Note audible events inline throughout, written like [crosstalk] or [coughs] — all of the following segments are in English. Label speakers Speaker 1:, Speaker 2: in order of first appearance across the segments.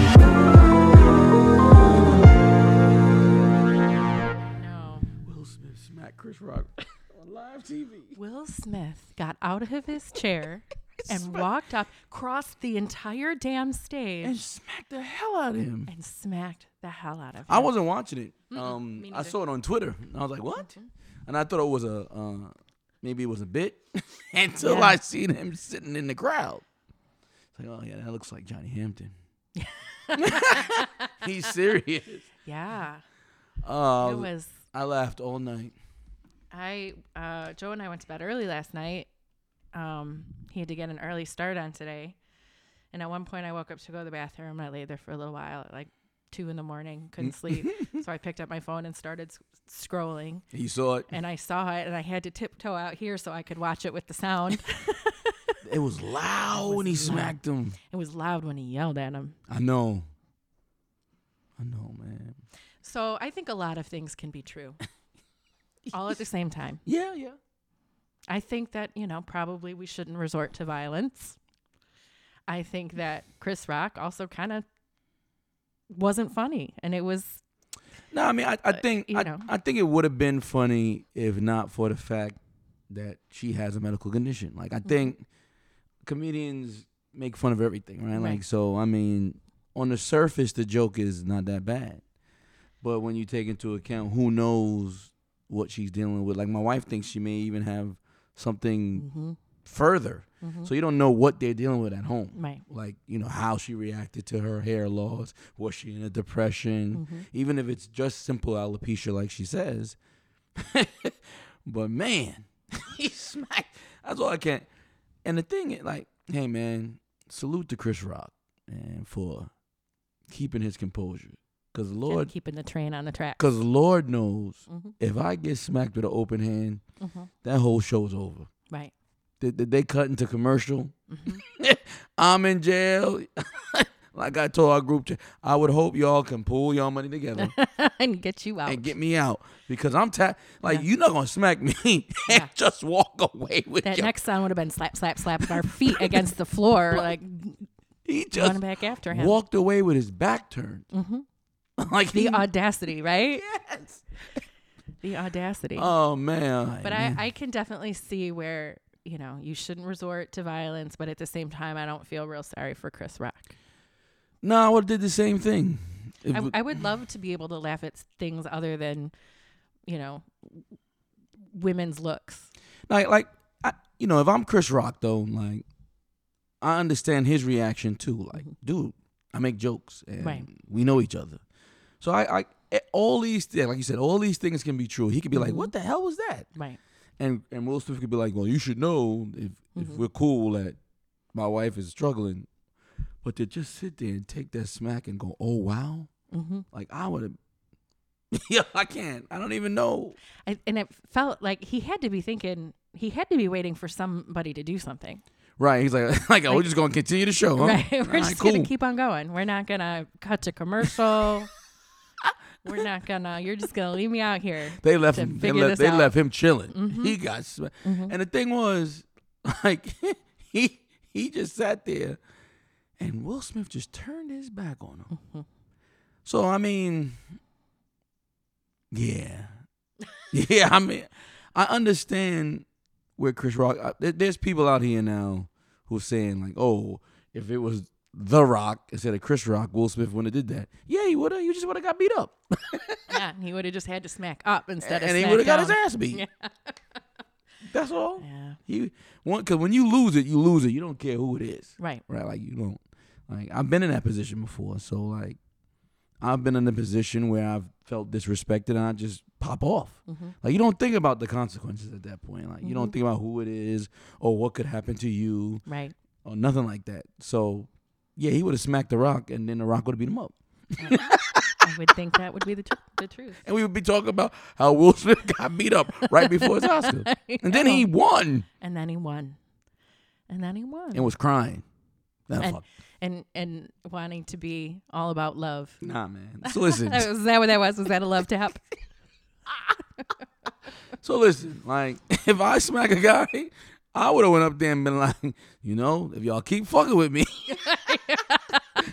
Speaker 1: Oh.
Speaker 2: Chris Rock on live TV.
Speaker 1: Will Smith got out of his
Speaker 2: [laughs]
Speaker 1: chair and walked up, crossed the entire damn stage,
Speaker 2: And
Speaker 1: and,
Speaker 2: smacked the hell out of him.
Speaker 1: smacked the hell out of him.
Speaker 2: I wasn't watching it. um,
Speaker 1: me
Speaker 2: I
Speaker 1: neither. Mm-hmm.
Speaker 2: saw it on Twitter. And I was like, what? And I thought it was a, uh, maybe it was a bit [laughs] until
Speaker 1: Yeah.
Speaker 2: I seen him sitting in the crowd. It's like, oh, yeah, that looks like
Speaker 1: [laughs]
Speaker 2: Johnny Hampton. He's serious.
Speaker 1: yeah,
Speaker 2: Uh,
Speaker 1: it was.
Speaker 2: I laughed all night.
Speaker 1: I uh, Joe and I went to bed early last night. Um, he had to get an early start on today, and at one point I woke up to go to the bathroom. I laid there for a little while, at like two in the morning,
Speaker 2: Mm.
Speaker 1: couldn't
Speaker 2: [laughs]
Speaker 1: sleep, so I picked up my phone and started s- scrolling.
Speaker 2: He saw it.
Speaker 1: And I saw it, and I had to tiptoe out here so I could watch it with the sound.
Speaker 2: It was loud when he smacked him.
Speaker 1: it was loud when he yelled at him.
Speaker 2: I know. I know, man.
Speaker 1: So I think a lot of things can be true all at the same time.
Speaker 2: Yeah, yeah.
Speaker 1: I think that, you know, probably we shouldn't resort to violence. I think that Chris Rock also kind of wasn't funny and it was
Speaker 2: No, I mean, I, I think
Speaker 1: you
Speaker 2: I,
Speaker 1: know.
Speaker 2: I think it would have been funny if not for the fact that she has a medical condition. Like,
Speaker 1: Mm-hmm.
Speaker 2: I think comedians make fun of everything, right?
Speaker 1: Right.
Speaker 2: Like, so I mean, on the surface, the joke is not that bad, but when you take into account who knows what she's dealing with, like my wife thinks she may even have something
Speaker 1: mm-hmm,
Speaker 2: further, so you don't know what they're dealing with at home,
Speaker 1: Right.
Speaker 2: Like, you know, how she reacted to her hair loss. Was she in a depression? Even if it's just simple alopecia, like she says. [laughs] but man, [laughs] he smacked. That's all I can. And the thing is, like, hey man, salute to Chris Rock and for keeping his composure, because
Speaker 1: Lord.
Speaker 2: Lord,
Speaker 1: keeping the train on the track.
Speaker 2: because Lord knows if I get smacked with an open hand, that whole show's over.
Speaker 1: Right. [laughs]
Speaker 2: Did, did they cut into commercial?
Speaker 1: Mm-hmm.
Speaker 2: [laughs] I'm in jail. [laughs] like I told our group, chat, I would hope y'all can pull y'all money
Speaker 1: [laughs]
Speaker 2: together
Speaker 1: and get you out.
Speaker 2: and get me out because I'm ta- like you're not gonna smack me [laughs] and
Speaker 1: Yeah.
Speaker 2: just walk away with
Speaker 1: that
Speaker 2: your-
Speaker 1: next sound would have been slap, slap, slap our feet against the
Speaker 2: [laughs]
Speaker 1: floor, like
Speaker 2: He
Speaker 1: going
Speaker 2: just
Speaker 1: back after him. Mm-hmm.
Speaker 2: walked away with his back turned. [laughs] like
Speaker 1: The
Speaker 2: he,
Speaker 1: audacity, right? The audacity.
Speaker 2: oh man, like,
Speaker 1: But I,
Speaker 2: man.
Speaker 1: I can definitely see where, you know, you shouldn't resort to violence, but at the same time, I don't feel real sorry for Chris Rock.
Speaker 2: no, I would have did the same thing. If
Speaker 1: I,
Speaker 2: we-
Speaker 1: I would love to be able to laugh at s- things other than, you know, women's looks.
Speaker 2: like like I, you know if i'm chris rock though like i understand his reaction too like dude i make jokes and
Speaker 1: Mm-hmm. Right.
Speaker 2: we know each other so i i eh, all these things like you said all these things can be true he could be like
Speaker 1: Mm-hmm.
Speaker 2: what the hell was that
Speaker 1: Right.
Speaker 2: and and will smith could be like well you should know if if
Speaker 1: Mm-hmm.
Speaker 2: we're cool that my wife is struggling but to just sit there and take that smack and go oh wow
Speaker 1: Mm-hmm.
Speaker 2: like i would have [laughs] yeah i can't i don't even know
Speaker 1: I, and it felt like he had to be thinking, he had to be waiting for somebody to do something.
Speaker 2: Right. He's like, [laughs] like, oh, we're just gonna continue the show,
Speaker 1: [laughs]
Speaker 2: huh?
Speaker 1: Right. We're
Speaker 2: All right,
Speaker 1: just going to keep on going. We're not going to cut to
Speaker 2: [laughs]
Speaker 1: commercial. We're not going to, you're just going to leave me out here.
Speaker 2: They left
Speaker 1: to
Speaker 2: him. They
Speaker 1: figure
Speaker 2: left,
Speaker 1: this
Speaker 2: they
Speaker 1: out. Mm-hmm.
Speaker 2: left him chilling. He got sm- and the thing was, [laughs] like, he he just sat there, and Will Smith just turned his back on him.
Speaker 1: Mm-hmm.
Speaker 2: So I mean, yeah, [laughs] yeah. I mean, I understand where Chris Rock. I, there- there's people out here now who's saying like, oh, if it was. The Rock instead of Chris Rock, Will Smith wouldn't have did that. Yeah, he would have. You just would have got beat up.
Speaker 1: yeah, he would have just had to smack up instead of
Speaker 2: and he
Speaker 1: smack
Speaker 2: would have got
Speaker 1: down.
Speaker 2: his ass beat. [laughs] That's all.
Speaker 1: Yeah.
Speaker 2: He one because when you lose it, you lose it. You don't care who it is,
Speaker 1: Right.
Speaker 2: right? Like you don't. Like I've been in that position before, so like I've been in a position where I've felt disrespected and I just pop off. Like you don't think about the consequences at that point. Like you don't think about who it is or what could happen to you
Speaker 1: Right.
Speaker 2: or nothing like that. So yeah, he would have smacked the rock and then the rock would have beat him up.
Speaker 1: I would think that would be the, tr- the truth.
Speaker 2: And we would be talking about how Will Smith [laughs] got beat up right before his Oscar. And then he won
Speaker 1: And then he won. And then he won.
Speaker 2: and was crying. That
Speaker 1: and,
Speaker 2: fuck.
Speaker 1: and and wanting to be all about love.
Speaker 2: Nah, man. So listen.
Speaker 1: That was- Is that what that was? Was that a love
Speaker 2: [laughs]
Speaker 1: tap?
Speaker 2: So listen, like [laughs] if I smack a guy, I would have went up there and been like, you know, if y'all keep fucking with me, [laughs]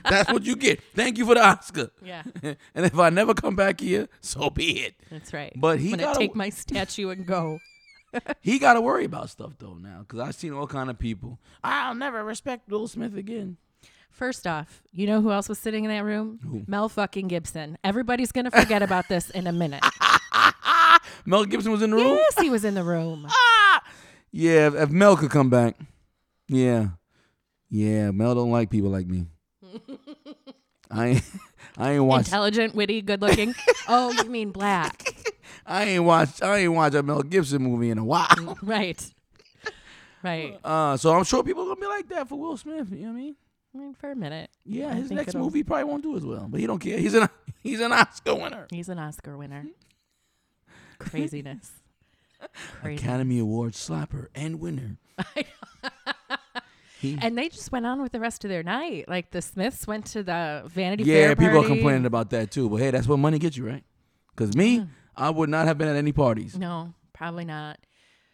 Speaker 2: That's what you get. Thank you for the Oscar. [laughs]
Speaker 1: Yeah,
Speaker 2: and if I never come back here, so be it.
Speaker 1: that's right.
Speaker 2: But he
Speaker 1: I'm gonna
Speaker 2: gotta-
Speaker 1: take my statue and go.
Speaker 2: He got to worry about stuff though now, because I've seen all kind of people. I'll never respect Will Smith again.
Speaker 1: First off, you know who else was sitting in that room? Mel fucking Gibson. Everybody's gonna forget about this in a
Speaker 2: [laughs]
Speaker 1: minute.
Speaker 2: Mel Gibson was in the room.
Speaker 1: yes, he was in the
Speaker 2: [laughs]
Speaker 1: room.
Speaker 2: Yeah, if, if Mel could come back, yeah, yeah. Mel don't like people like
Speaker 1: [laughs]
Speaker 2: me. I ain't, I ain't watched.
Speaker 1: Intelligent, witty, good
Speaker 2: [laughs]
Speaker 1: looking. oh, you mean black?
Speaker 2: I ain't watched. I ain't watched a Mel Gibson movie in a while.
Speaker 1: Right. Right.
Speaker 2: Uh, so I'm sure people gonna be like that for Will Smith. You know what I mean?
Speaker 1: I mean, for a minute.
Speaker 2: Yeah,
Speaker 1: I
Speaker 2: his
Speaker 1: think
Speaker 2: next
Speaker 1: it'll-
Speaker 2: movie probably won't do as well, but he don't care. He's an [laughs] he's an Oscar winner.
Speaker 1: He's an Oscar winner.
Speaker 2: [laughs]
Speaker 1: Craziness. Crazy.
Speaker 2: Academy Award slapper and winner. He-
Speaker 1: And they just went on with the rest of their night. Like the Smiths went to the Vanity Fair.
Speaker 2: yeah, people are
Speaker 1: party.
Speaker 2: complaining about that too. But hey, that's what money gets you, right? Because me, I would not have been at any parties.
Speaker 1: No, probably
Speaker 2: [laughs]
Speaker 1: not.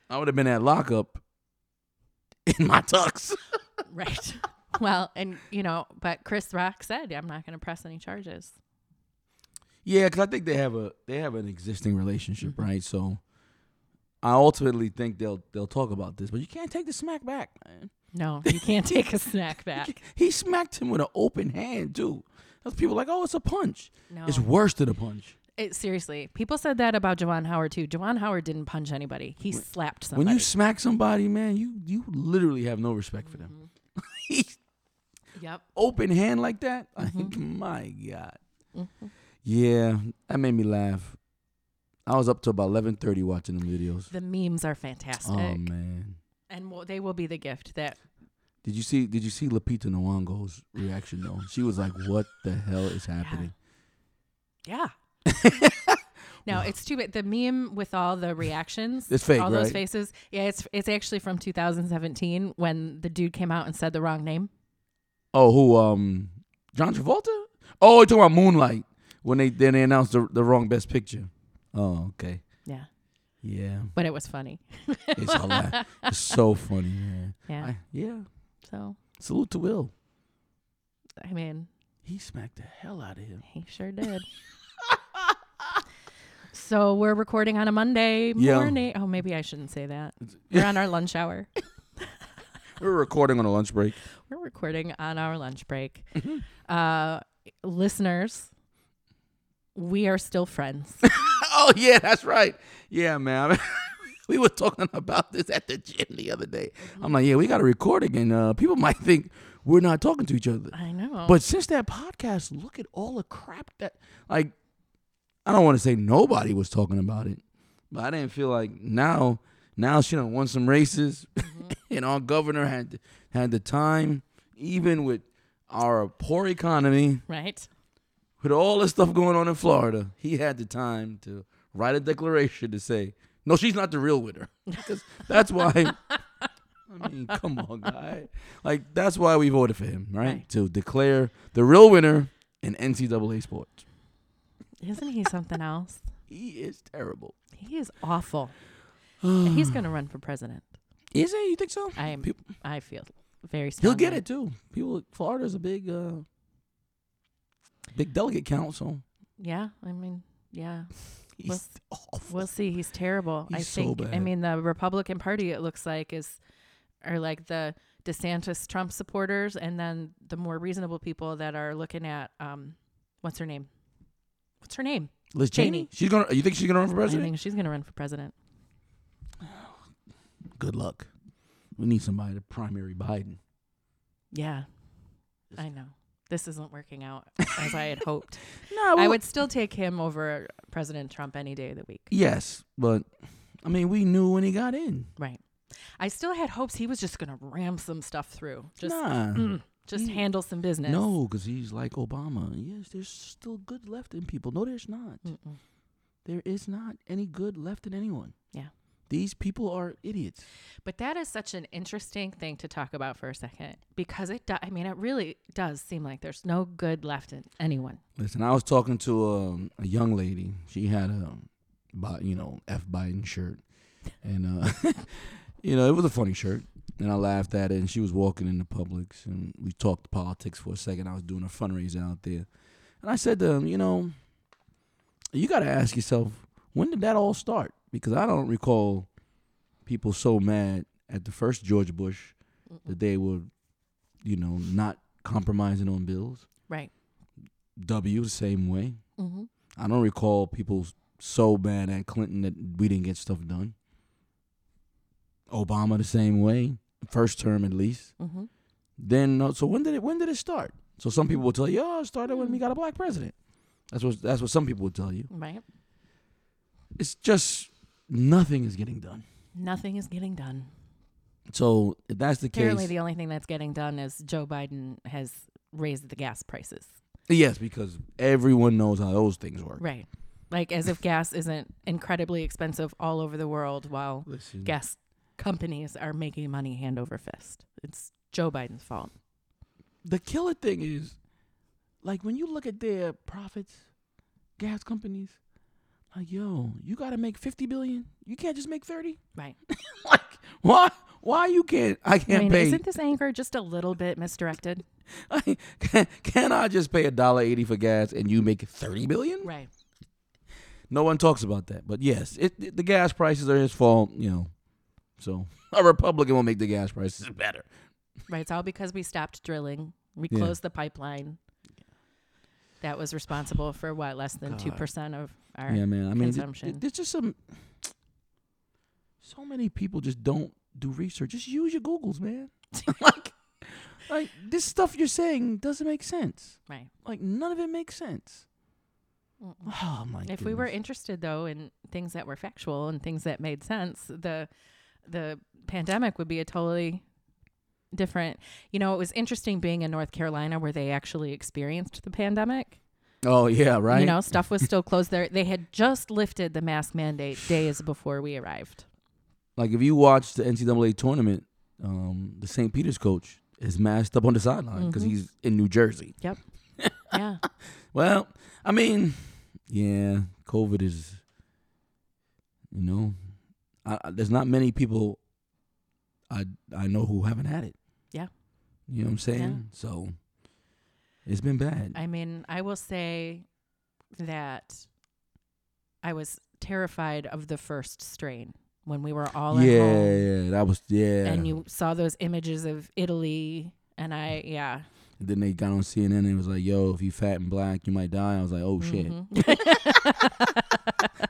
Speaker 2: I would have been at lockup in my tux.
Speaker 1: Right. [laughs] well, and you know, but Chris Rock said, "I'm not going to press any charges."
Speaker 2: Yeah, because I think they have a they have an existing relationship, right? So I ultimately think they'll they'll talk about this, but you can't take the smack back, man.
Speaker 1: No, you can't take a snack back.
Speaker 2: He smacked him with an open hand too. Those people like, oh, it's a punch.
Speaker 1: [laughs] No,
Speaker 2: It's worse than a punch.
Speaker 1: It- seriously, people said that about Jawan Howard too. Jawan Howard didn't punch anybody; he slapped somebody.
Speaker 2: When you smack somebody, man, you you literally have no respect for
Speaker 1: Mm-hmm.
Speaker 2: them.
Speaker 1: [laughs] yep.
Speaker 2: open hand like that. [laughs] Like, my God. Yeah, that made me laugh. I was up to about eleven thirty watching them videos.
Speaker 1: The memes are
Speaker 2: Oh
Speaker 1: fantastic,
Speaker 2: man.
Speaker 1: and will they will be the gift that
Speaker 2: Did you see did you see Lupita Nyong'o's reaction though? She was like, What the hell is happening? [laughs]
Speaker 1: Yeah. no, it's too bad. The meme with all the reactions,
Speaker 2: It's fake,
Speaker 1: all those
Speaker 2: right?
Speaker 1: faces. Yeah, it's it's actually from 2017 when the dude came out and said the wrong name.
Speaker 2: Oh, who um John Travolta? Oh, you talking about Moonlight when they then they announced the, the wrong best picture. Oh, okay.
Speaker 1: Yeah,
Speaker 2: Yeah.
Speaker 1: but it was funny.
Speaker 2: It's
Speaker 1: [laughs]
Speaker 2: hilarious. it's so funny, man.
Speaker 1: Yeah.
Speaker 2: I- yeah.
Speaker 1: so
Speaker 2: Salute to Will.
Speaker 1: I mean,
Speaker 2: He smacked the hell out of him.
Speaker 1: he sure did. so we're recording on a Monday
Speaker 2: Yeah.
Speaker 1: morning. Oh, maybe I shouldn't say
Speaker 2: [laughs]
Speaker 1: that. We're on our lunch hour.
Speaker 2: We're recording on a lunch break.
Speaker 1: We're recording on our lunch break.
Speaker 2: Mm-hmm.
Speaker 1: uh, listeners, we are still
Speaker 2: [laughs]
Speaker 1: friends.
Speaker 2: Oh yeah, that's right. Yeah, man. [laughs] we were talking about this at the gym the other day.
Speaker 1: Mm-hmm.
Speaker 2: I'm like, yeah, we got to record again. Uh, people might think we're not talking to each other,
Speaker 1: I know.
Speaker 2: but since that podcast, look at all the crap that like. I don't want to say nobody was talking about it, but I didn't feel like now. Now she done won some races,
Speaker 1: Mm-hmm.
Speaker 2: [laughs] and our governor had had the time, even with our poor economy
Speaker 1: right?
Speaker 2: with all this stuff going on in Florida, he had the time to write a declaration to say, "No, she's not the real winner." [laughs] 'Cause that's why. I mean, come on, guy. Like that's why we voted for him, right?
Speaker 1: Right.
Speaker 2: To declare the real winner in NCAA sports.
Speaker 1: Isn't he something else?
Speaker 2: He is terrible.
Speaker 1: He is
Speaker 2: [sighs]
Speaker 1: awful. And he's going to run for president.
Speaker 2: Is [sighs] he? You think so?
Speaker 1: I am.
Speaker 2: Peop-
Speaker 1: I feel very.
Speaker 2: He'll
Speaker 1: Strongly.
Speaker 2: get it too. People, Florida's a big, uh, big delegate count, so
Speaker 1: Yeah, I mean, yeah,
Speaker 2: he's
Speaker 1: Let's-
Speaker 2: awful.
Speaker 1: we'll see. He's terrible. I
Speaker 2: He's so
Speaker 1: think. I
Speaker 2: bad.
Speaker 1: mean, the Republican Party. It looks like is, are like the DeSantis Trump supporters, and then the more reasonable people that are looking at um, what's her name? What's her name?
Speaker 2: Liz Cheney.
Speaker 1: Cheney.
Speaker 2: She's gonna. You think she's gonna run for
Speaker 1: I
Speaker 2: president?
Speaker 1: think she's going to run for president.
Speaker 2: Good luck. We need somebody to primary Biden.
Speaker 1: Yeah, I know. This isn't working out as I
Speaker 2: [laughs]
Speaker 1: had hoped.
Speaker 2: No,
Speaker 1: I would still take him over President Trump any day of the week.
Speaker 2: Yes, but I mean, we knew when he got in.
Speaker 1: Right. I still had hopes he was just going to ram some stuff through. Just
Speaker 2: nah,
Speaker 1: mm, just handle some business.
Speaker 2: no, because he's like Obama. Yes, there's still good left in people. No, there's not.
Speaker 1: Mm-mm.
Speaker 2: There is not any good left in anyone.
Speaker 1: Yeah.
Speaker 2: These people are idiots.
Speaker 1: But that is such an interesting thing to talk about for a second because it do- I mean it really does seem like there's no good left in anyone.
Speaker 2: Listen, I was talking to um, a young lady. She had a, [laughs] Bi- you know, F Biden shirt, and uh, you know, it was a funny shirt. And I laughed at it, and she was walking into Publix, and we talked politics for a second. I was doing a fundraiser out there, and I said to him, you know, you got to ask yourself, when did that all start? Because I don't recall people so mad at the first George Bush that they were, you know, not compromising on bills.
Speaker 1: Right.
Speaker 2: W the same way.
Speaker 1: Mm-hmm.
Speaker 2: I don't recall people so bad at Clinton that we didn't get stuff done. Obama the same way, first term at least.
Speaker 1: Mm-hmm.
Speaker 2: Then uh, so when did it when did it start? So some people will tell you, oh, it started when we got a black president. That's what that's what some people will tell you.
Speaker 1: Right.
Speaker 2: It's just nothing is getting done.
Speaker 1: Nothing is getting done.
Speaker 2: So if that's the
Speaker 1: Apparently,
Speaker 2: case,
Speaker 1: the only thing that's getting done is Joe Biden has raised the gas prices.
Speaker 2: yes, because everyone knows how those things work.
Speaker 1: Right. Like as if gas isn't incredibly expensive all over the world while
Speaker 2: Listen,
Speaker 1: gas companies are making money hand over fist. It's Joe Biden's fault.
Speaker 2: the killer thing is, like when you look at their profits, gas companies, like yo, you gotta make fifty billion. You can't just make thirty.
Speaker 1: Right.
Speaker 2: [laughs] like why? Why you can't? I
Speaker 1: I
Speaker 2: can't
Speaker 1: mean,
Speaker 2: pay. [laughs]
Speaker 1: isn't this anger just a little bit misdirected?
Speaker 2: I, can, can I just pay a dollar eighty for gas and you make thirty billion?
Speaker 1: Right.
Speaker 2: No one talks about that. But yes, it, it- the gas prices are his fault. You know, so [laughs] a Republican will make the gas prices better.
Speaker 1: Right. It's all because we stopped drilling. We
Speaker 2: Yeah.
Speaker 1: closed the pipeline. That was responsible for what less than
Speaker 2: God.
Speaker 1: two percent of our
Speaker 2: Yeah, man. I mean, th- th-
Speaker 1: consumption.
Speaker 2: there's just some. So many people just don't do research. Just use your
Speaker 1: [laughs]
Speaker 2: Googles, man. like, like this stuff you're saying doesn't make sense.
Speaker 1: right.
Speaker 2: Like none of it makes sense.
Speaker 1: Mm-mm.
Speaker 2: Oh my!
Speaker 1: If we were
Speaker 2: goodness.
Speaker 1: interested though in things that were factual and things that made sense, the the pandemic would be a totally different. You know, it was interesting being in North Carolina where they actually experienced the pandemic.
Speaker 2: oh yeah, right.
Speaker 1: You know, stuff was still closed there. They had just lifted the mask mandate days before we arrived.
Speaker 2: Like if you watch the NCAA tournament, um, the St. Peter's coach is masked up on the sideline because
Speaker 1: Mhm.
Speaker 2: he's in New Jersey.
Speaker 1: Yeah.
Speaker 2: Well, I mean, yeah, COVID is, you know, I, I- there's not many people I I know who haven't had it.
Speaker 1: Yeah.
Speaker 2: you know what I'm saying. So it's been bad.
Speaker 1: I mean, I will say that I was terrified of the first strain when we were all
Speaker 2: yeah,
Speaker 1: at home.
Speaker 2: yeah, that was yeah.
Speaker 1: and you saw those images of Italy. And I, yeah,
Speaker 2: And then they got on CNN and it was like, "Yo, if you fat and black, you might die." I was like, "Oh
Speaker 1: Mm-hmm.
Speaker 2: shit,
Speaker 1: [laughs]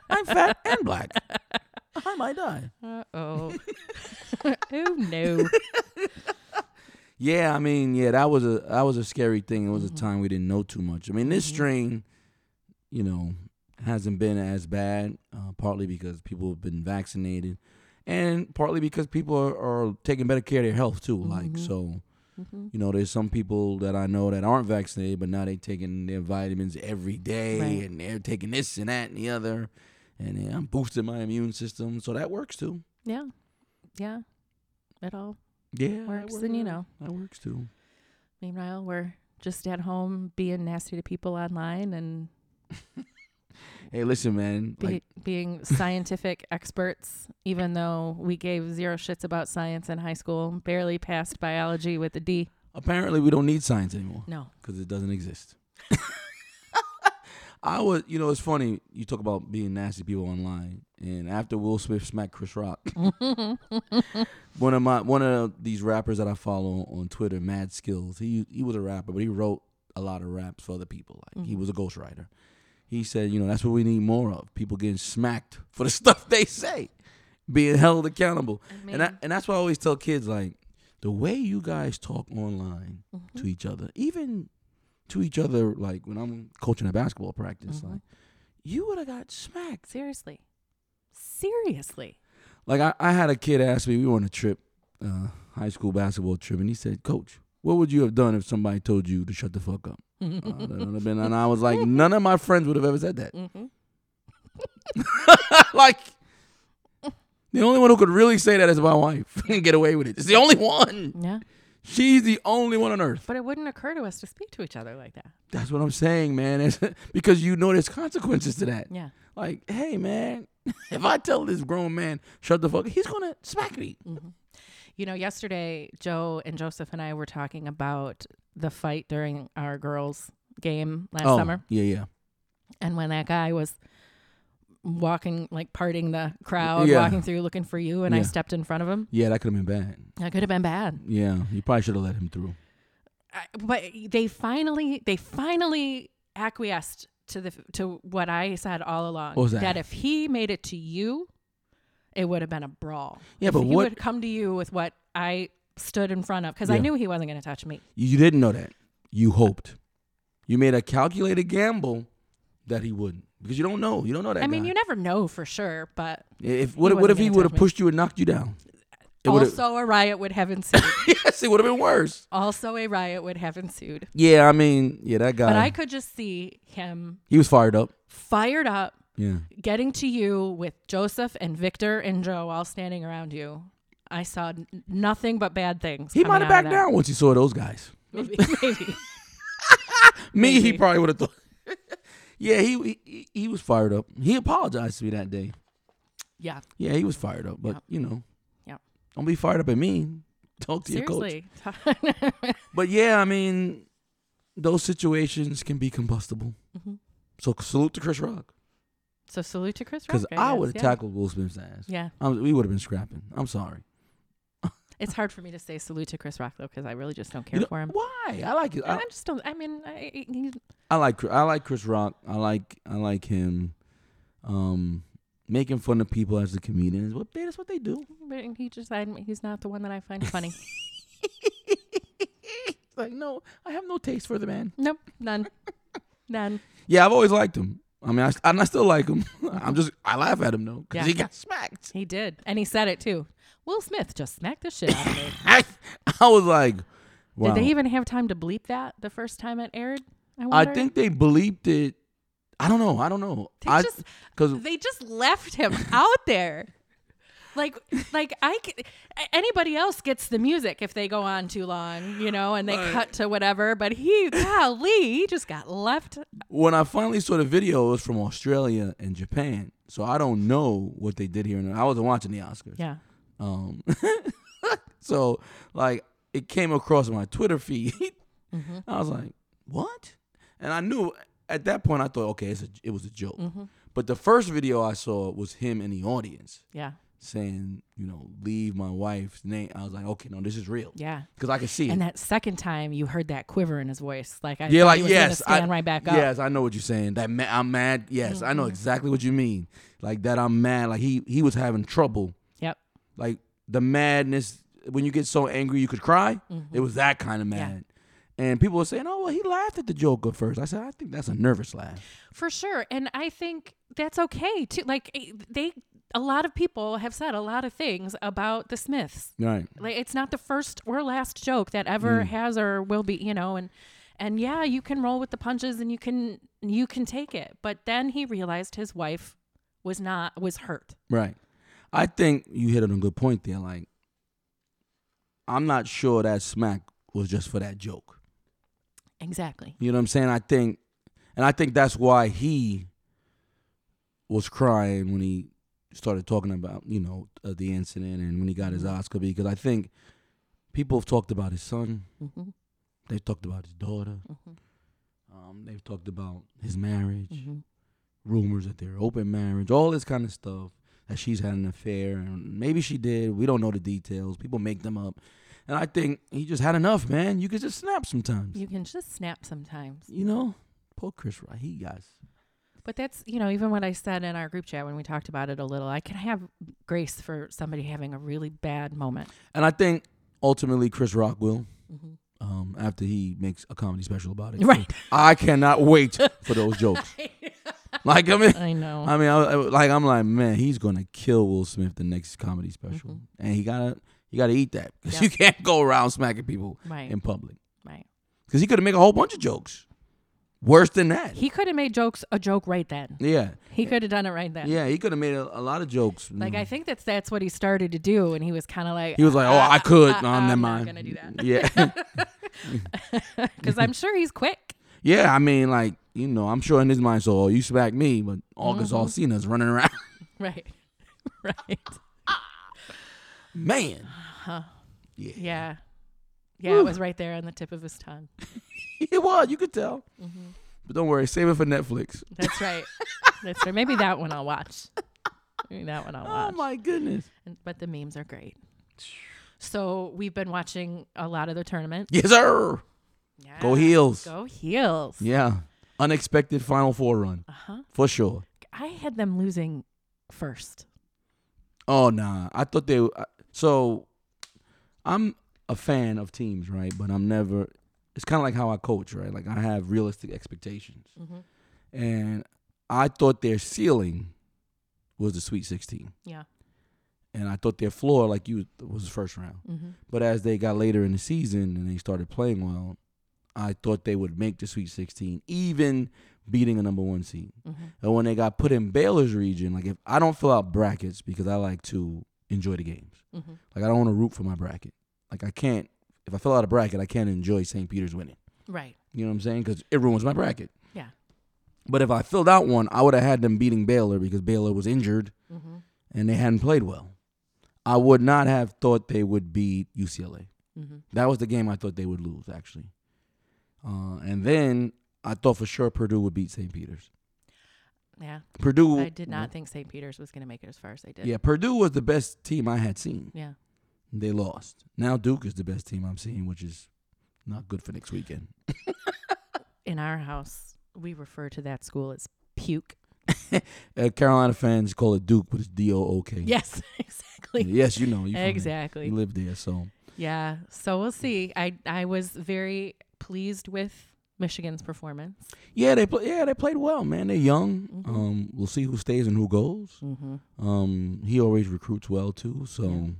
Speaker 2: I'm fat and black, I might die."
Speaker 1: Uh [laughs] oh. oh no.
Speaker 2: Yeah, I mean, yeah, that was a that was a scary thing. It was
Speaker 1: Mhm.
Speaker 2: a time we didn't know too much. I mean, this
Speaker 1: Mhm.
Speaker 2: strain, you know, hasn't been as bad, uh, partly because people have been vaccinated, and partly because people are, are taking better care of their health too. Like,
Speaker 1: Mhm.
Speaker 2: so
Speaker 1: hmm
Speaker 2: you know, there's some people that I know that aren't vaccinated, but now they're taking their vitamins every day,
Speaker 1: Right.
Speaker 2: and they're taking this and that and the other, and yeah, I'm boosting my immune system, so that works too.
Speaker 1: Yeah. Yeah. It all
Speaker 2: Yeah, that
Speaker 1: works. And you know,
Speaker 2: that works too.
Speaker 1: meanwhile, we're just at home being nasty to people online and
Speaker 2: Hey, listen, man.
Speaker 1: be,
Speaker 2: like-
Speaker 1: being scientific experts, even though we gave zero shits about science in high school, barely passed biology with a D.
Speaker 2: Apparently, we don't need science anymore
Speaker 1: No.
Speaker 2: because it doesn't exist. I was, you know, it's funny. You talk about being nasty people online, and after Will Smith smacked Chris Rock, one of my one of these rappers that I follow on Twitter, Mad Skills. He he was a rapper, but he wrote a lot of raps for other people. Like he
Speaker 1: Mhm.
Speaker 2: was a ghostwriter. He said, you know, that's what we need more of. People getting smacked for the [laughs] stuff they say, being held accountable.
Speaker 1: [laughs] I
Speaker 2: And I, and that's why I always tell kids like the way you guys talk online to each other, even to each other, like when I'm coaching a basketball practice,
Speaker 1: Mhm.
Speaker 2: like you would have got smacked.
Speaker 1: Seriously. Seriously.
Speaker 2: Like I, I had a kid ask me, we were on a trip, uh, high school basketball trip, and he said, Coach, what would you have done if somebody told you to shut the fuck up? Uh, that would've been- and I was like, none of my friends would have ever said that. [laughs]
Speaker 1: Mm-hmm.
Speaker 2: like the only one who could really say that is my wife [laughs] and get away with it. It's the only one.
Speaker 1: Yeah.
Speaker 2: She's the only one on earth.
Speaker 1: But it wouldn't occur to us to speak to each other like that.
Speaker 2: That's what I'm saying, man. It's, [laughs] because you know there's consequences to that.
Speaker 1: Yeah.
Speaker 2: Like, [laughs] hey, man, if I tell this grown man shut the fuck, he's gonna smack me.
Speaker 1: hmm You know, yesterday Joe and Joseph and I were talking about the fight during our girls' game last
Speaker 2: oh,
Speaker 1: summer,
Speaker 2: yeah, yeah.
Speaker 1: and when that guy was walking, like parting the crowd,
Speaker 2: Yeah.
Speaker 1: walking through looking for you, and I
Speaker 2: Yeah.
Speaker 1: stepped in front of him.
Speaker 2: Yeah, that could have been bad.
Speaker 1: That could have been bad.
Speaker 2: Yeah, you probably should have let him through.
Speaker 1: I, but they finally they finally acquiesced to the to what I said all along
Speaker 2: What was that?
Speaker 1: if he made it to you, it would have been a brawl.
Speaker 2: Yeah,
Speaker 1: If
Speaker 2: but
Speaker 1: he
Speaker 2: what-
Speaker 1: would come to you with what I stood in front of because I
Speaker 2: Yeah.
Speaker 1: knew he wasn't going to touch me.
Speaker 2: You, you didn't know that. You hoped. You made a calculated gamble that he wouldn't because you don't know. You don't know that.
Speaker 1: I mean,
Speaker 2: guy.
Speaker 1: you never know for sure, but
Speaker 2: If what,
Speaker 1: He
Speaker 2: if- what
Speaker 1: wasn't
Speaker 2: if he
Speaker 1: gonna
Speaker 2: would have
Speaker 1: touch me.
Speaker 2: pushed you and knocked you down? It would've-
Speaker 1: also a riot would have ensued.
Speaker 2: [laughs] yes, it would have been worse.
Speaker 1: also a riot would have ensued.
Speaker 2: Yeah, I mean, yeah, that guy.
Speaker 1: But I could just see him
Speaker 2: he was fired up.
Speaker 1: fired up,
Speaker 2: Yeah,
Speaker 1: getting to you with Joseph and Victor and Joe all standing around you. I saw n- nothing but bad things.
Speaker 2: he
Speaker 1: coming
Speaker 2: might have
Speaker 1: out
Speaker 2: backed
Speaker 1: of
Speaker 2: down once he saw those guys.
Speaker 1: that. Maybe, [laughs] maybe.
Speaker 2: Me, he
Speaker 1: Maybe.
Speaker 2: probably would have thought. [laughs] yeah, he, he he was fired up. He apologized to me that day.
Speaker 1: Yeah,
Speaker 2: [laughs] Yeah, he was fired up, but
Speaker 1: Yep.
Speaker 2: you know,
Speaker 1: Yep.
Speaker 2: don't be fired up at me. Talk to your coach.
Speaker 1: seriously. [laughs]
Speaker 2: But yeah, I mean, those situations can be combustible.
Speaker 1: Mhm.
Speaker 2: So salute to Chris Rock
Speaker 1: so salute to Chris Rock.
Speaker 2: because I
Speaker 1: guess,
Speaker 2: would have
Speaker 1: yeah.
Speaker 2: tackled Will Smith's ass.
Speaker 1: Yeah,
Speaker 2: I'm, we would have been scrapping. I'm sorry.
Speaker 1: it's hard for me to say salute to Chris Rock though because I really just don't care
Speaker 2: You know-
Speaker 1: for him.
Speaker 2: Why? I like it.
Speaker 1: I,
Speaker 2: I,
Speaker 1: just don't. I mean, I, I- he-
Speaker 2: I like I like Chris Rock. I like I like him. Um, making fun of people as a comedian is what they, that's what they do.
Speaker 1: but he just I, he's not the one that I find
Speaker 2: [laughs]
Speaker 1: funny.
Speaker 2: It's [laughs] like no, I have no taste for the man.
Speaker 1: nope, none, none.
Speaker 2: Yeah, I've always liked him. I mean, I, st- and I still like [laughs] him. I'm just I laugh at him though because
Speaker 1: Yeah.
Speaker 2: he got smacked. [laughs]
Speaker 1: He did, and he said it too. Will Smith just smacked the shit out of
Speaker 2: [coughs]
Speaker 1: me.
Speaker 2: I, I was like, wow.
Speaker 1: Did they even have time to bleep that the first time it aired?
Speaker 2: I
Speaker 1: wonder?
Speaker 2: think they believed it. I don't know. I don't know.
Speaker 1: They
Speaker 2: I
Speaker 1: just-
Speaker 2: because
Speaker 1: they just left him [laughs] out there. Like, like I c- a- anybody else gets the music if they go on too long, you know, and they cut to whatever. But he, golly, he just got left.
Speaker 2: when I finally saw the video, it was from Australia and Japan. So I don't know what they did here. And I wasn't watching the Oscars.
Speaker 1: Yeah,
Speaker 2: Um, [laughs] so like it came across my Twitter feed. [laughs]
Speaker 1: Mm-hmm.
Speaker 2: I was like, what? And I knew at that point I thought, okay, it's a, it was a joke.
Speaker 1: Mm-hmm.
Speaker 2: But the first video I saw was him in the audience
Speaker 1: yeah,
Speaker 2: saying, you know, leave my wife's name. I was like, okay, no, this is real
Speaker 1: yeah.
Speaker 2: because I could see it.
Speaker 1: And that second time, you heard that quiver in his voice, like I
Speaker 2: yeah,
Speaker 1: thought
Speaker 2: like
Speaker 1: he was gonna
Speaker 2: yes,
Speaker 1: stand
Speaker 2: I,
Speaker 1: right back up. Mm-hmm.
Speaker 2: Yes, I know what you're saying. That ma- I'm mad. Yes, I know exactly what you mean. Like that, I'm mad. Like he he was having trouble.
Speaker 1: Yep.
Speaker 2: Like the madness when you get so angry you could cry. It was that kind of
Speaker 1: Yeah.
Speaker 2: mad. And people were saying, "Oh well, he laughed at the joke at first. I said, "I think that's a nervous laugh."
Speaker 1: For sure. And I think that's okay too. Like eh, they a lot of people have said a lot of things about the Smiths.
Speaker 2: Right.
Speaker 1: Like it's not the first or last joke that ever has or will be, you know, and and yeah, you can roll with the punches and you can you can take it. But then he realized his wife was not was hurt.
Speaker 2: Right. I think you hit on a good point there. Like, I'm not sure that smack was just for that joke.
Speaker 1: Exactly.
Speaker 2: You know what I'm saying? I think, and I think that's why he was crying when he started talking about you know uh, the incident and when he got his Oscar because I think people have talked about his son,
Speaker 1: Mm-hmm.
Speaker 2: they've talked about his daughter, um, they've talked about his marriage,
Speaker 1: Mm-hmm.
Speaker 2: rumors that they're open marriage, all this kind of stuff that she's had an affair and maybe she did. We don't know the details. People make them up, and I think he just had enough, man. You could just snap sometimes.
Speaker 1: You can just snap sometimes.
Speaker 2: You know, poor Chris Rock. He got
Speaker 1: But that's, you know, even what I said in our group chat when we talked about it a little, I can have grace for somebody having a really bad moment.
Speaker 2: And I think ultimately Chris Rock will. Um, after he makes a comedy special about it,
Speaker 1: Mm-hmm. [laughs] Right.
Speaker 2: I
Speaker 1: [laughs]
Speaker 2: cannot wait for those jokes. Like I mean,
Speaker 1: I know.
Speaker 2: I mean, I, I- like I'm like, man, he's gonna kill Will Smith the next comedy special, and he gotta, you gotta eat that 'Cause
Speaker 1: Mm-hmm. Yeah.
Speaker 2: you can't go around smacking people
Speaker 1: Right.
Speaker 2: in public
Speaker 1: right.
Speaker 2: because he could have made a whole bunch of jokes worse than that.
Speaker 1: He could have made jokes a joke right then.
Speaker 2: yeah,
Speaker 1: He could have done it right then.
Speaker 2: yeah, he could have made a, a lot of jokes. Mm.
Speaker 1: Like I think that's that's what he started to do, and he was kind of like
Speaker 2: he was like, oh,
Speaker 1: [laughs]
Speaker 2: I could, no,
Speaker 1: Uh, I'm
Speaker 2: never
Speaker 1: not
Speaker 2: mind.
Speaker 1: gonna do that.
Speaker 2: Yeah.
Speaker 1: [laughs] because I'm sure he's quick.
Speaker 2: [laughs] Yeah, I mean, like you know, I'm sure in his mind, so oh, you smack me, but August
Speaker 1: Mm-hmm.
Speaker 2: Alsina's running around. [laughs]
Speaker 1: [laughs] Right. right.
Speaker 2: Man, [laughs] Yeah.
Speaker 1: Yeah. Yeah, it was right there on the tip of his tongue.
Speaker 2: It was. You could tell.
Speaker 1: Mm-hmm.
Speaker 2: But don't worry. Save it for Netflix.
Speaker 1: That's
Speaker 2: [laughs]
Speaker 1: right. That's right. Maybe that one I'll watch. Maybe that one I'll
Speaker 2: Oh
Speaker 1: watch.
Speaker 2: my goodness.
Speaker 1: And, but the memes are
Speaker 2: [sighs]
Speaker 1: great. So we've been watching a lot of the tournament.
Speaker 2: Yes, sir. Go
Speaker 1: Yeah.
Speaker 2: heels.
Speaker 1: Go heels.
Speaker 2: Yeah. Unexpected Final Four run
Speaker 1: Uh huh.
Speaker 2: for sure.
Speaker 1: I had them losing first.
Speaker 2: Oh nah. I thought they. I- So, I'm a fan of teams, right? But I'm never. It's kind of like how I coach, right? Like I have realistic expectations,
Speaker 1: Mhm.
Speaker 2: and I thought their ceiling was the Sweet 16,
Speaker 1: Yeah.
Speaker 2: and I thought their floor, like you, was the first round.
Speaker 1: Mm-hmm.
Speaker 2: But as they got later in the season and they started playing well, I thought they would make the Sweet 16, even beating a number one seed.
Speaker 1: Mhm.
Speaker 2: And when they got put in Baylor's region, like if I don't fill out brackets because I like to enjoy the games.
Speaker 1: Mm-hmm.
Speaker 2: Like I don't want to root for my bracket. Like I can't. If I fill out a bracket, I can't enjoy St. Peter's winning.
Speaker 1: Right.
Speaker 2: You know what I'm saying? Because it ruins my bracket.
Speaker 1: Yeah.
Speaker 2: But if I filled out one, I would have had them beating Baylor because Baylor was injured
Speaker 1: Mm-hmm.
Speaker 2: and they hadn't played well. I would not have thought they would beat UCLA.
Speaker 1: Mm-hmm.
Speaker 2: That was the game I thought they would lose, actually. Uh, and then I thought for sure Purdue would beat St. Peter's.
Speaker 1: Yeah.
Speaker 2: Purdue.
Speaker 1: I did not think St. Peter's was going to make it as far as they did.
Speaker 2: Mm-hmm. Yeah, Purdue was the best team I had seen.
Speaker 1: Yeah.
Speaker 2: They lost. Now Duke is the best team I'm seeing, which is not good for next weekend.
Speaker 1: In our house, we refer to that school as puke.
Speaker 2: Uh, Carolina fans call it Duke, but it's D O O K.
Speaker 1: Yes, [laughs] exactly.
Speaker 2: Yes, you know. You from there.
Speaker 1: exactly.
Speaker 2: You live there, so
Speaker 1: Yeah. So we'll see. I I was very pleased with Michigan's performance.
Speaker 2: yeah, they play, yeah they played well, man. They're young.
Speaker 1: Mhm.
Speaker 2: Um, we'll see who stays and who goes.
Speaker 1: Mm-hmm.
Speaker 2: Um, he always recruits well too. So,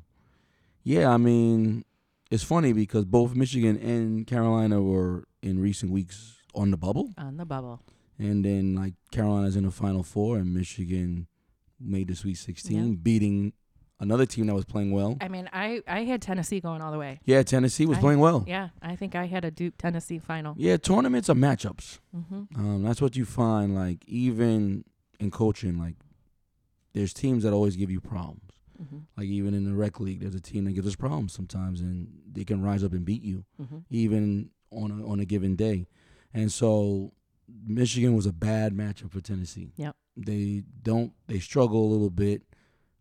Speaker 1: Yeah.
Speaker 2: yeah. I mean, it's funny because both Michigan and Carolina were in recent weeks on the bubble,
Speaker 1: On the
Speaker 2: [laughs]
Speaker 1: bubble.
Speaker 2: and then like Carolina's in the Final Four, and Michigan made the Sweet Sixteen, beating another team that was playing well.
Speaker 1: I mean, I I had Tennessee going all the way.
Speaker 2: Yeah, Tennessee was
Speaker 1: I-
Speaker 2: playing well.
Speaker 1: Yeah, I think I had a Duke Tennessee final.
Speaker 2: Yeah, tournaments are matchups.
Speaker 1: Mm-hmm.
Speaker 2: Um, that's what you find, like even in coaching, like there's teams that always give you problems.
Speaker 1: Mm-hmm.
Speaker 2: Like even in the rec league, there's a team that gives us problems sometimes, and they can rise up and beat you
Speaker 1: Mm-hmm.
Speaker 2: even on a, on a given day. And so, Michigan was a bad matchup for Tennessee.
Speaker 1: Yep.
Speaker 2: They don't. They struggle a little bit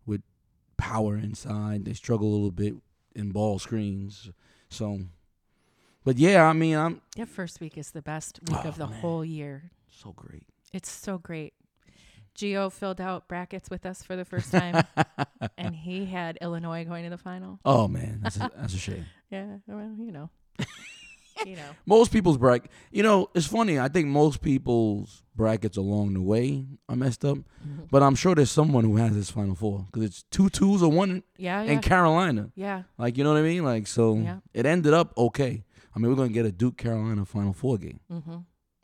Speaker 2: with power inside. They struggle a little bit in ball screens. So, but yeah, I mean, I'm
Speaker 1: That first week is the best week of
Speaker 2: Oh,
Speaker 1: the
Speaker 2: man.
Speaker 1: whole year.
Speaker 2: so great.
Speaker 1: It's so great. Geo filled out brackets with us for the first
Speaker 2: [laughs]
Speaker 1: time, and he had Illinois going to the final.
Speaker 2: Oh man, that's a,
Speaker 1: [laughs]
Speaker 2: that's a shame.
Speaker 1: Yeah, well, you know, [laughs] you know.
Speaker 2: Most people's bracket, you know, it's funny. I think most people's brackets along the way are messed up,
Speaker 1: [laughs]
Speaker 2: but I'm sure there's someone who has this Final Four because it's two twos or one
Speaker 1: Yeah, Oh, yeah,
Speaker 2: in Carolina.
Speaker 1: yeah.
Speaker 2: Like you know what I mean? Like so,
Speaker 1: Yeah.
Speaker 2: it ended up okay. I mean, we're gonna get a Duke Carolina Final Four game,
Speaker 1: Mm-hmm.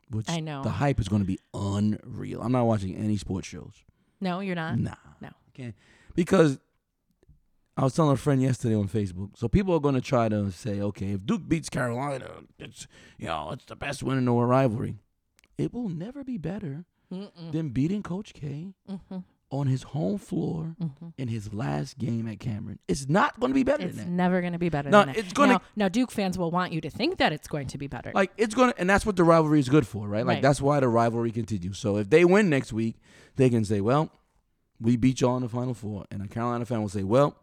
Speaker 2: which
Speaker 1: I know.
Speaker 2: the hype is gonna be unreal. I'm not watching any sports shows.
Speaker 1: No, you're not.
Speaker 2: Nah.
Speaker 1: No.
Speaker 2: Can't. Because I was telling a friend yesterday on Facebook. So people are going to try to say, okay, if Duke beats Carolina, it's, you know, it's the best win in the rivalry. It will never be better
Speaker 1: Mm-mm.
Speaker 2: than beating Coach K
Speaker 1: Mm-hmm.
Speaker 2: on his home floor
Speaker 1: Mm-hmm.
Speaker 2: in his last game at Cameron. It's not going to be better
Speaker 1: It's
Speaker 2: than that.
Speaker 1: never going to be better.
Speaker 2: No,
Speaker 1: than that.
Speaker 2: it's gonna-
Speaker 1: Now, now, Duke fans will want you to think that it's going to be better.
Speaker 2: Like it's gonna, and that's what the rivalry is good for, right? Like
Speaker 1: Right.
Speaker 2: that's why the rivalry continues. So if they win next week, they can say, "Well, we beat y'all in the final four. and a Carolina fan will say, "Well,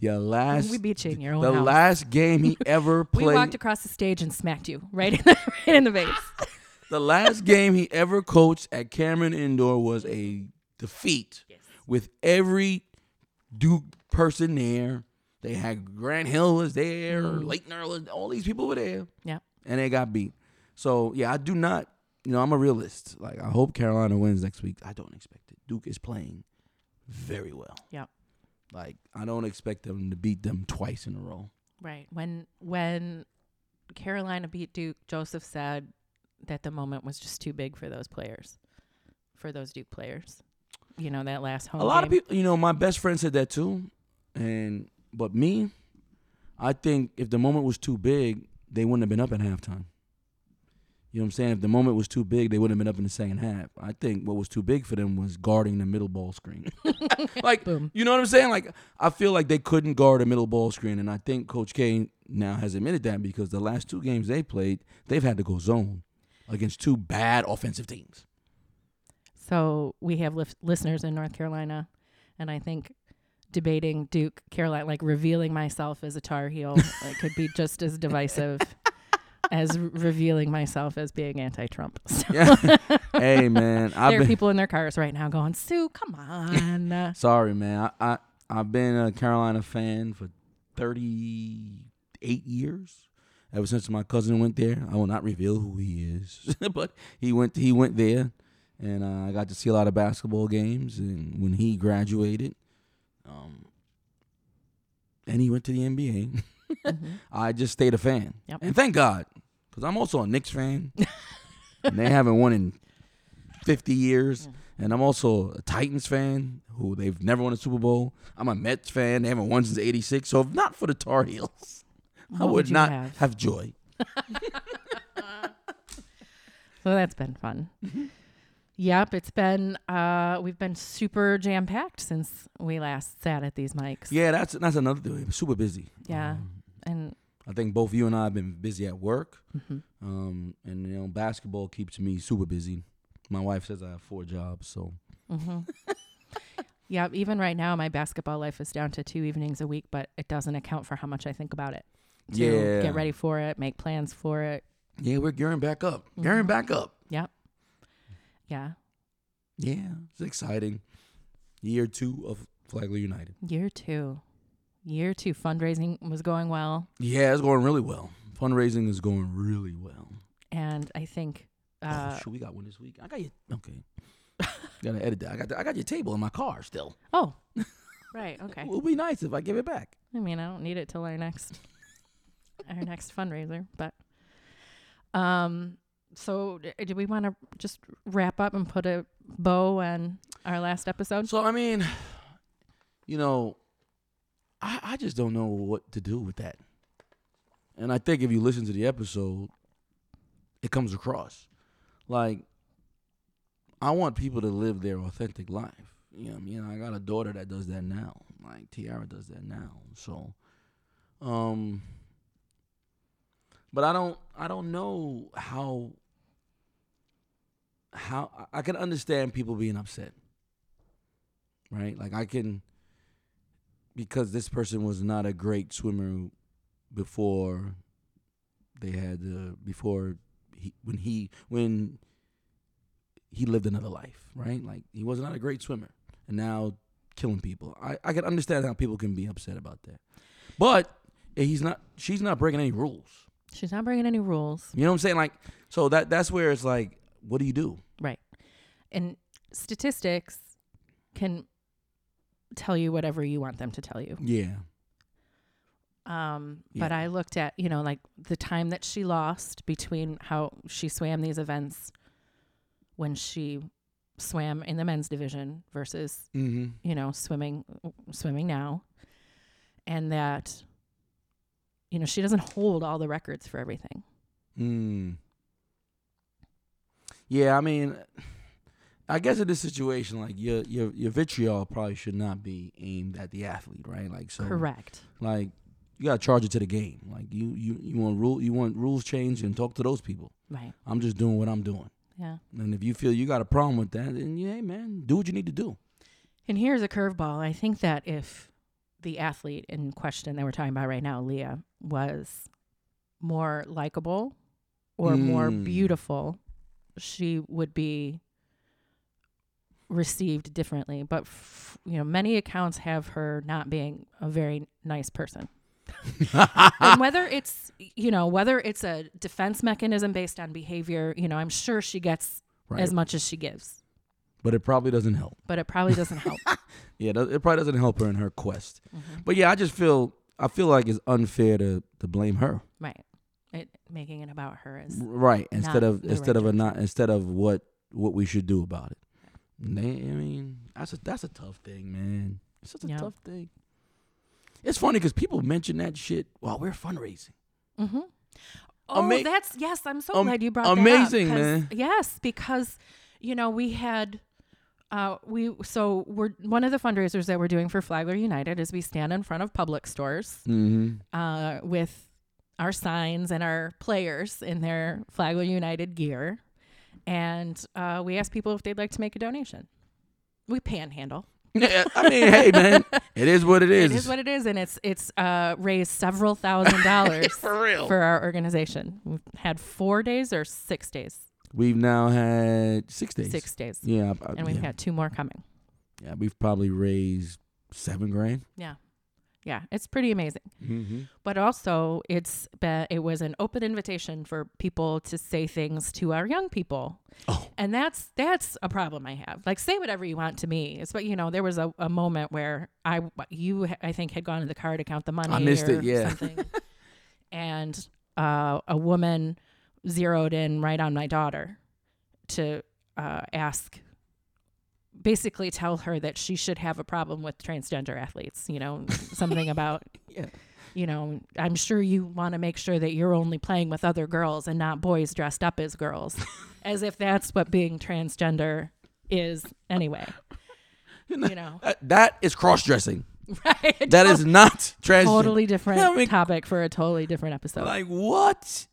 Speaker 2: your last
Speaker 1: we beat you in your own
Speaker 2: the
Speaker 1: house.
Speaker 2: last game
Speaker 1: [laughs]
Speaker 2: he ever
Speaker 1: we
Speaker 2: played.
Speaker 1: walked across the stage and smacked you right in the, [laughs] right in the face.
Speaker 2: the last game he ever coached at Cameron Indoor was a defeat with every Duke person there. They had Grant Hill was there, Leitner was all these people were there.
Speaker 1: Yep.
Speaker 2: And they got beat. So yeah, I do not you know, I'm a realist. Like I hope Carolina wins next week. I don't expect it. Duke is playing very well.
Speaker 1: Yep.
Speaker 2: Like I don't expect them to beat them twice in a row.
Speaker 1: Right. When when Carolina beat Duke, Joseph said that the moment was just too big for those players, for those Duke players. You know that last home.
Speaker 2: a lot of
Speaker 1: game.
Speaker 2: people you know my best friend said that too and but me i think if the moment was too big they wouldn't have been up at halftime You know what I'm saying? If the moment was too big, they wouldn't have been up in the second half. I think what was too big for them was guarding the middle ball
Speaker 1: [laughs]
Speaker 2: screen. like,
Speaker 1: Boom.
Speaker 2: you know what I'm saying? Like, I feel like they couldn't guard a middle ball screen, and I think Coach K now has admitted that because the last two games they played, they've had to go zone against two bad offensive
Speaker 1: [laughs]
Speaker 2: teams. [laughs]
Speaker 1: So we have lif- listeners in North Carolina, and I think debating Duke, Carolina, like revealing myself as a Tar Heel, it could be just as
Speaker 2: [laughs]
Speaker 1: divisive as re- revealing myself as being anti-Trump. [laughs] So
Speaker 2: Yeah. hey, man, I've
Speaker 1: there are
Speaker 2: been
Speaker 1: people in their cars right now going, "Sue, come on."
Speaker 2: [laughs]
Speaker 1: Uh,
Speaker 2: sorry, man. I, I I've been a Carolina fan for 38 years. Ever since my cousin went there, I will not reveal who he is, [laughs] but he went he went there, and uh, I got to see a lot of basketball games. And when he graduated, um, and he went to the NBA,
Speaker 1: mhm.
Speaker 2: [laughs] I just stayed a fan.
Speaker 1: Yep.
Speaker 2: And thank God, because I'm also a Knicks
Speaker 1: [laughs]
Speaker 2: fan. and they haven't won in 50 years. And I'm also a Titans fan, who they've never won a Super Bowl. I'm a Mets fan. They haven't won since 86. So if not for the Tar Heels, I
Speaker 1: What
Speaker 2: would,
Speaker 1: would you
Speaker 2: not
Speaker 1: have?
Speaker 2: have? joy.
Speaker 1: So that's been fun.
Speaker 2: Mm-hmm.
Speaker 1: Yep, it's been uh we've been super jam packed since we last sat at these mics.
Speaker 2: Yeah, that's that's another thing. Super busy. Um,
Speaker 1: Yeah. And
Speaker 2: I think both you and I have been busy at work.
Speaker 1: mhm.
Speaker 2: Um, and, you know, basketball keeps me super busy. My wife says I have four jobs. So
Speaker 1: Mhm. [laughs] yeah, even right now, my basketball life is down to two evenings a week, but it doesn't account for how much I think about it. To
Speaker 2: Yeah.
Speaker 1: get ready for it, make plans for it.
Speaker 2: yeah, we're gearing back up. Gearing back up.
Speaker 1: Yeah,
Speaker 2: Yeah, it's exciting. Year two of Flagler United.
Speaker 1: year two, year two fundraising was going well,
Speaker 2: Yeah, it's going really well. Fundraising is going really well.
Speaker 1: and I think uh,
Speaker 2: [laughs] oh, shoot, we got one this week. I got you. Okay. [laughs] Gotta edit that. I got the, I got your table in my car still.
Speaker 1: oh, right, okay.
Speaker 2: It would be nice if I give it back.
Speaker 1: I mean, I don't need it till our next our next fundraiser, but um. So, d- do we want to just wrap up and put a bow on our last episode?
Speaker 2: So I mean, you know, I I just don't know what to do with that. And I think if you listen to the episode, it comes across. Like I want people to live their authentic life. You know what I mean? I got a daughter that does that now. Like Tiara does that now. So um but I don't I don't know how how I- I can understand people being upset right? Like I can because this person was not a great swimmer before they had uh, before he when he when he lived another life, right? Like he was not a great swimmer and now killing people. I I can understand how people can be upset about that. But he's not she's not breaking any rules.
Speaker 1: She's not bringing any rules.
Speaker 2: You know what I'm saying? Like so that that's where it's like what do you do?
Speaker 1: Right. And statistics can tell you whatever you want them to tell you.
Speaker 2: Yeah.
Speaker 1: Um, But
Speaker 2: Yeah.
Speaker 1: I looked at, you know, like the time that she lost between how she swam these events when she swam in the men's division versus,
Speaker 2: Mhm.
Speaker 1: you know, swimming swimming now. And that, you know, she doesn't hold all the records for everything.
Speaker 2: Mm. Yeah, I mean, I guess in this situation, like your your your vitriol probably should not be aimed at the athlete, right? Like so,
Speaker 1: Correct.
Speaker 2: Like you gotta charge it to the game. Like you you you want rule you want rules changed and talk to those people.
Speaker 1: Right.
Speaker 2: I'm just doing what I'm doing,
Speaker 1: Yeah.
Speaker 2: and if you feel you got a problem with that, then yeah, man, do what you need to do.
Speaker 1: And here's a curveball. I think that if the athlete in question that we're talking about right now, Leah, was more likable or more
Speaker 2: Mm.
Speaker 1: beautiful, she would be received differently. But f- you know, many accounts have her not being a very nice person. and whether it's you know whether it's a defense mechanism based on behavior, you know, I'm sure she gets
Speaker 2: Right,
Speaker 1: as much as she gives,
Speaker 2: but it probably doesn't help.
Speaker 1: but it probably doesn't help. Mm-hmm.
Speaker 2: Yeah, that- it probably doesn't help her in her quest. But yeah, I just feel I feel like it's unfair to to blame her.
Speaker 1: Right. It making it about her is
Speaker 2: right
Speaker 1: not
Speaker 2: instead of
Speaker 1: the
Speaker 2: instead
Speaker 1: right
Speaker 2: of a not instead of what what we should do about it And they, i mean that's a that's a tough thing man it's such a
Speaker 1: Yeah.
Speaker 2: tough thing it's funny because people mention that shit while we're fundraising
Speaker 1: hmm Oh,
Speaker 2: Ama-
Speaker 1: that's yes. I'm so
Speaker 2: Am-
Speaker 1: glad you brought that up,
Speaker 2: amazing,
Speaker 1: 'cause-
Speaker 2: man.
Speaker 1: Yes, because you know we had. Uh, we so we're one of the fundraisers that we're doing for Flagler United is we stand in front of public stores
Speaker 2: Mm-hmm.
Speaker 1: uh, with our signs and our players in their Flagler United gear, and uh, we ask people if they'd like to make a donation. We panhandle.
Speaker 2: [laughs] Yeah, I mean, hey, man, it is what it is.
Speaker 1: It is what it is, and it's it's uh, raised several
Speaker 2: [laughs]
Speaker 1: thousand dollars
Speaker 2: For real.
Speaker 1: for our organization. We've had four days or six days,
Speaker 2: we've now had six days.
Speaker 1: six days,
Speaker 2: Yeah, I- I-
Speaker 1: and we've
Speaker 2: yeah.
Speaker 1: got two more coming.
Speaker 2: yeah, we've probably raised seven grand.
Speaker 1: Yeah, yeah, it's pretty amazing.
Speaker 2: Mm-hmm.
Speaker 1: But also, it's been it was an open invitation for people to say things to our young people,
Speaker 2: Oh,
Speaker 1: and that's that's a problem I have. Like, say whatever you want to me. It's but you know there was a, a moment where I you I think had gone to the car to count the money.
Speaker 2: missed
Speaker 1: or
Speaker 2: it, yeah.
Speaker 1: Something. and uh, a woman zeroed in right on my daughter to uh, ask, basically tell her that she should have a problem with transgender athletes. You know, something about
Speaker 2: [laughs] yeah.
Speaker 1: you know, I'm sure you want to make sure that you're only playing with other girls and not boys dressed up as
Speaker 2: [laughs]
Speaker 1: girls, as if that's what being transgender is anyway. You know, [laughs]
Speaker 2: That, [laughs] that is cross dressing.
Speaker 1: right?
Speaker 2: That is not [laughs]
Speaker 1: [laughs]
Speaker 2: trans.
Speaker 1: totally different
Speaker 2: [laughs] I mean-
Speaker 1: topic for a totally different episode.
Speaker 2: Like, what?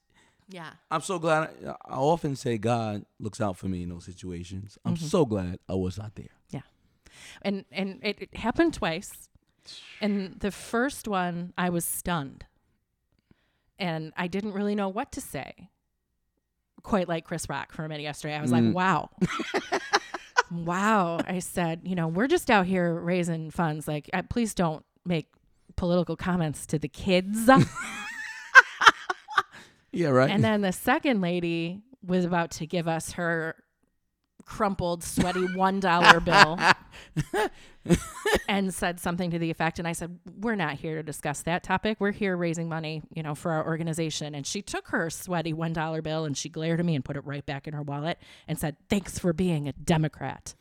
Speaker 1: yeah.
Speaker 2: I'm so glad. I, I often say God looks out for me in those situations. I'm
Speaker 1: Mm-hmm.
Speaker 2: so glad I was not there.
Speaker 1: And and it, it happened twice. And the first one, I was stunned. And I didn't really know what to say. Quite like Chris Rock for a minute yesterday. I was like, wow. wow. I said, you know, we're just out here raising funds. Like, I, please don't make political comments to the kids. [laughs]
Speaker 2: Yeah, right.
Speaker 1: and then the second lady was about to give us her crumpled, sweaty $1 bill. and said something to the effect and i said we're not here to discuss that topic we're here raising money you know for our organization and she took her sweaty one dollar bill and she glared at me and put it right back in her wallet and said thanks for being a democrat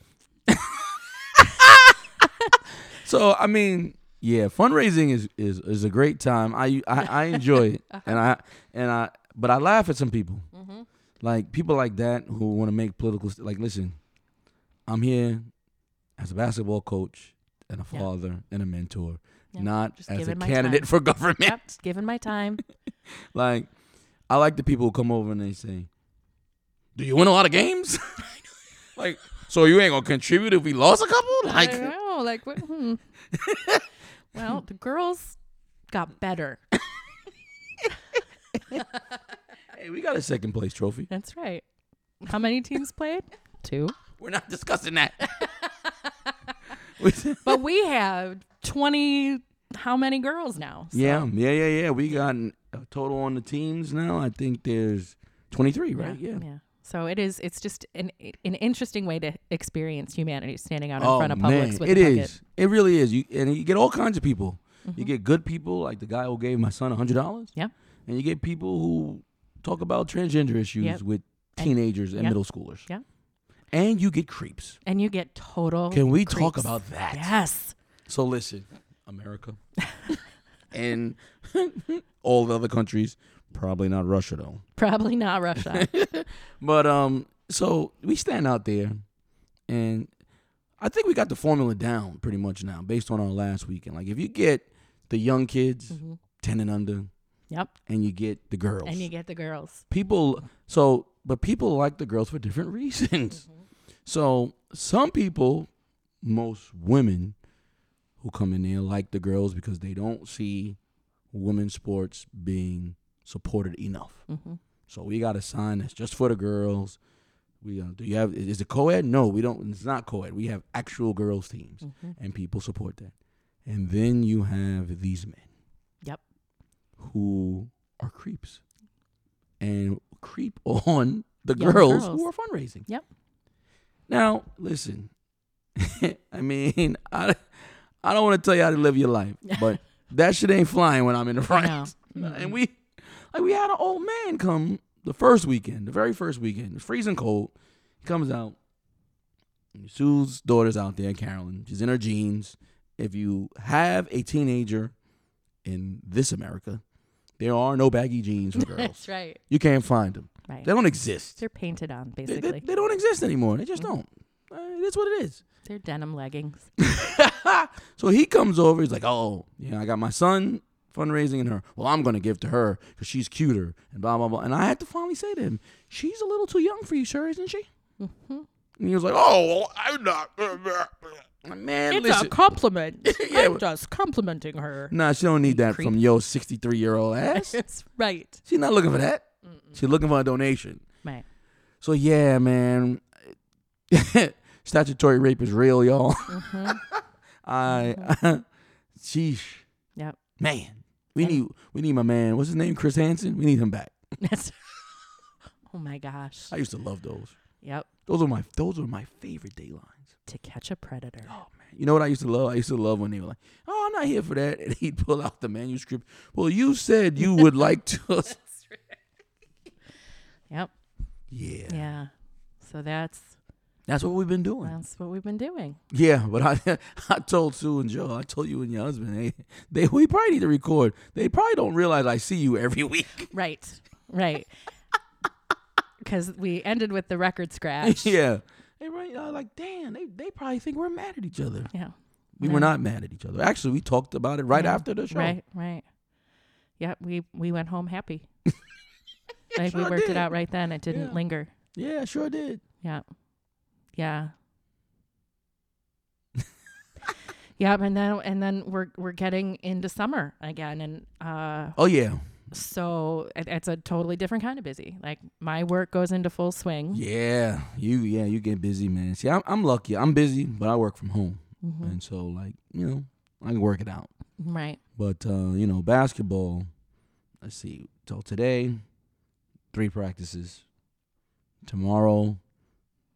Speaker 2: So I mean, yeah, fundraising is is, is a great time. I I, I enjoy
Speaker 1: [laughs]
Speaker 2: it,
Speaker 1: Uh-huh.
Speaker 2: and I and I but I laugh at some people,
Speaker 1: Mm-hmm.
Speaker 2: like people like that who want to make political. St- like, listen, I'm here as a basketball coach and a
Speaker 1: Yeah.
Speaker 2: father and a mentor,
Speaker 1: Yeah,
Speaker 2: not
Speaker 1: just
Speaker 2: as a
Speaker 1: giving my
Speaker 2: candidate
Speaker 1: time.
Speaker 2: for government.
Speaker 1: yep given my time
Speaker 2: Like, I like the people who come over and they say, "Do you win a lot of games?" [laughs] like, so you ain't gonna contribute if we lost a couple?
Speaker 1: i
Speaker 2: Like,
Speaker 1: don't know like what, hmm. well the girls got better
Speaker 2: hey, we got a second place trophy.
Speaker 1: that's right how many teams played two
Speaker 2: We're not discussing that. [laughs] We-
Speaker 1: but we have 20 how many girls now So-
Speaker 2: yeah, yeah, yeah, yeah. We got an- a total on the teams now. I think there's 23, right? Yeah.
Speaker 1: So it is. It's just an an interesting way to experience humanity, standing out in
Speaker 2: Oh
Speaker 1: front of
Speaker 2: man,
Speaker 1: Publix with
Speaker 2: it
Speaker 1: a bucket.
Speaker 2: is. It really is. You and you get all kinds of people.
Speaker 1: Mm-hmm.
Speaker 2: You get good people like the guy who gave my son hundred dollars.
Speaker 1: Yep.
Speaker 2: And you get people who talk about transgender issues
Speaker 1: Yep.
Speaker 2: with
Speaker 1: And-
Speaker 2: teenagers and,
Speaker 1: yep.
Speaker 2: middle schoolers.
Speaker 1: Yep.
Speaker 2: And you get creeps.
Speaker 1: and you get total.
Speaker 2: Can we talk
Speaker 1: Oh, creeps.
Speaker 2: about that?
Speaker 1: Yes.
Speaker 2: So listen,
Speaker 1: [laughs]
Speaker 2: America and [laughs] all the other countries, probably not Russia though.
Speaker 1: Probably not Russia.
Speaker 2: [laughs] But um, so we stand out there, and I think we got the formula down pretty much now, based on our last weekend. Like if you get the young kids,
Speaker 1: Mhm.
Speaker 2: ten and under,
Speaker 1: Yep.
Speaker 2: and you get the girls,
Speaker 1: And you get the girls.
Speaker 2: people. So, but people like the girls for different [laughs] reasons. So some people, most women who come in there like the girls because they don't see women's sports being supported enough.
Speaker 1: hmm
Speaker 2: So we got a sign that's just for the girls. We uh, do you have is it co-ed? No, we don't. It's not co-ed. We have actual girls teams,
Speaker 1: Mhm.
Speaker 2: and people support that. And then you have these men. [laughs]
Speaker 1: Yep.
Speaker 2: Who are creeps, and creep [laughs] on the
Speaker 1: Young
Speaker 2: girls, who are
Speaker 1: girls.
Speaker 2: fundraising.
Speaker 1: Yep.
Speaker 2: Now listen, [laughs] I mean I I don't want to tell you how to live your
Speaker 1: [laughs]
Speaker 2: life, but that shit ain't flying when I'm in the front.
Speaker 1: No.
Speaker 2: [laughs] And we like we had an old man come the first weekend, the very first weekend, it's freezing cold. He comes out. and Sue's daughter's out there, Carolyn. She's in her jeans. If you have a teenager in this America There are no baggy jeans
Speaker 1: [laughs]
Speaker 2: for girls.
Speaker 1: That's right.
Speaker 2: You can't find them.
Speaker 1: Right.
Speaker 2: They don't exist.
Speaker 1: They're painted on,
Speaker 2: They, they,
Speaker 1: basically. Mm-hmm.
Speaker 2: they don't exist anymore. They just don't. Uh, it is what it is.
Speaker 1: They're denim leggings.
Speaker 2: So he comes over. He's like, oh, you know, I got my son fundraising and her. Well, I'm going to give to her because she's cuter and blah, blah, blah. And I had to finally say to him, she's a little too young for you, sir, isn't she?
Speaker 1: Mm-hmm.
Speaker 2: And he was like, oh, well, I'm not. Man, listen.
Speaker 1: compliment.
Speaker 2: [laughs] Yeah, I'm but-
Speaker 1: just complimenting [laughs] her.
Speaker 2: nah, she don't need that
Speaker 1: Creep.
Speaker 2: from yo 63 year old
Speaker 1: [laughs]
Speaker 2: ass.
Speaker 1: That's right.
Speaker 2: she's not looking for that. She's looking for a donation.
Speaker 1: Right.
Speaker 2: So yeah, man, [laughs] statutory rape is real, y'all. [laughs] I, [laughs] sheesh,
Speaker 1: Yep. [laughs]
Speaker 2: man, we need we need my man. What's his name? Chris Hansen. We need him back.
Speaker 1: That's. [laughs] oh my gosh.
Speaker 2: I used to love those.
Speaker 1: Yep.
Speaker 2: Those were my those were my favorite daylines.
Speaker 1: To catch a predator.
Speaker 2: Oh man, you know what I used to love? I used to love when they were like, "Oh, I'm not here for that," [laughs] and he'd pull out the manuscript. Well, you said you would like to. [laughs]
Speaker 1: Yep.
Speaker 2: yeah.
Speaker 1: Yeah. So that's
Speaker 2: that's what we've been doing.
Speaker 1: that's what we've been doing.
Speaker 2: Yeah, but I [laughs] I told Sue and Joe, I told you and your husband, hey, they we probably need to record. They probably don't realize I see you every [laughs] week.
Speaker 1: Right. Right. [laughs] Because we ended with the record scratch.
Speaker 2: [laughs] yeah. They right I like, damn, they, they probably think we're mad at each other.
Speaker 1: Yeah.
Speaker 2: We were not mad at each other. Actually, we talked about it right after the show.
Speaker 1: Right. Right. Yep. We we went home
Speaker 2: [laughs]
Speaker 1: happy. like we
Speaker 2: sure
Speaker 1: worked
Speaker 2: did.
Speaker 1: it out right then. It didn't
Speaker 2: Yeah.
Speaker 1: linger.
Speaker 2: Yeah, sure did.
Speaker 1: Yeah.
Speaker 2: [laughs]
Speaker 1: Yeah. yeah, and then and then we're we're getting into summer again and uh
Speaker 2: Oh yeah.
Speaker 1: so it, it's a totally different kind of busy. Like my work goes into full swing.
Speaker 2: Yeah. You yeah, you get busy, man. See, I'm I'm lucky. I'm busy, but I work from home.
Speaker 1: Mhm.
Speaker 2: And so like, you know, I can work it out.
Speaker 1: Right.
Speaker 2: But uh, you know, basketball. Let's see. Till today, three practices. Tomorrow,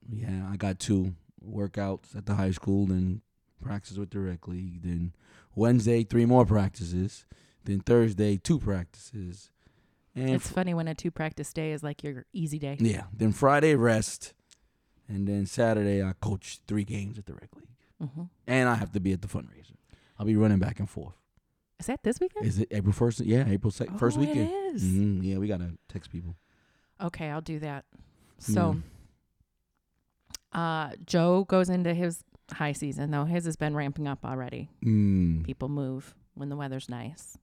Speaker 2: yeah, I got two workouts at the high school, then practice with the rec league. Then Wednesday, three more practices. Then Thursday, two practices. And
Speaker 1: It's funny when a two practice day is like your easy day.
Speaker 2: yeah, then Friday rest, and then Saturday I coach three games at the rec league,
Speaker 1: Mhm.
Speaker 2: and I have to be at the fundraiser. I'll be running back and forth.
Speaker 1: Is that this weekend?
Speaker 2: Is it April first? Yeah, April se- first
Speaker 1: Oh, it
Speaker 2: weekend. Mm-hmm.
Speaker 1: is.
Speaker 2: Mhm, yeah, we gotta text people.
Speaker 1: Okay, I'll do that. So
Speaker 2: Mm-hmm.
Speaker 1: uh Joe goes into his high season though. His has been ramping up already.
Speaker 2: Yeah. Mm.
Speaker 1: people move when the weather's nice.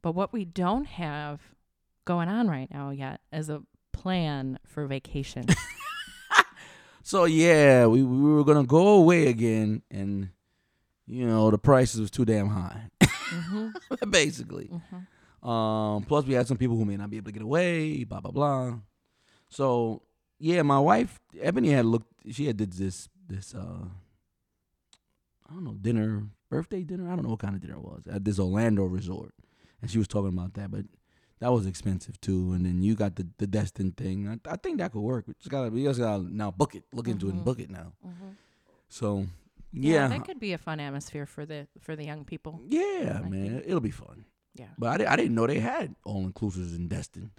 Speaker 1: But what we don't have going on right now yet is a plan for
Speaker 2: [laughs]
Speaker 1: vacation.
Speaker 2: So yeah, we we were gonna go away again, and you know the prices was too damn high, [laughs]
Speaker 1: Mhm,
Speaker 2: basically.
Speaker 1: mhm.
Speaker 2: Um, plus we had some people who may not be able to get away, blah blah blah. So yeah, my wife Ebony had looked. She had did this this uh, I don't know dinner, birthday dinner. I don't know what kind of dinner it was at this Orlando resort, and she was talking about that, but that was expensive too. And then you got the the Destin thing. I, I think that could work. We just gotta we just gotta now book it, look into it, and book it now. So yeah,
Speaker 1: that Mm-hmm. could be a fun atmosphere for the for the young people.
Speaker 2: yeah,
Speaker 1: I
Speaker 2: man, it'll be fun.
Speaker 1: Yeah,
Speaker 2: But I, di- I didn't know they had all inclusives in Destin.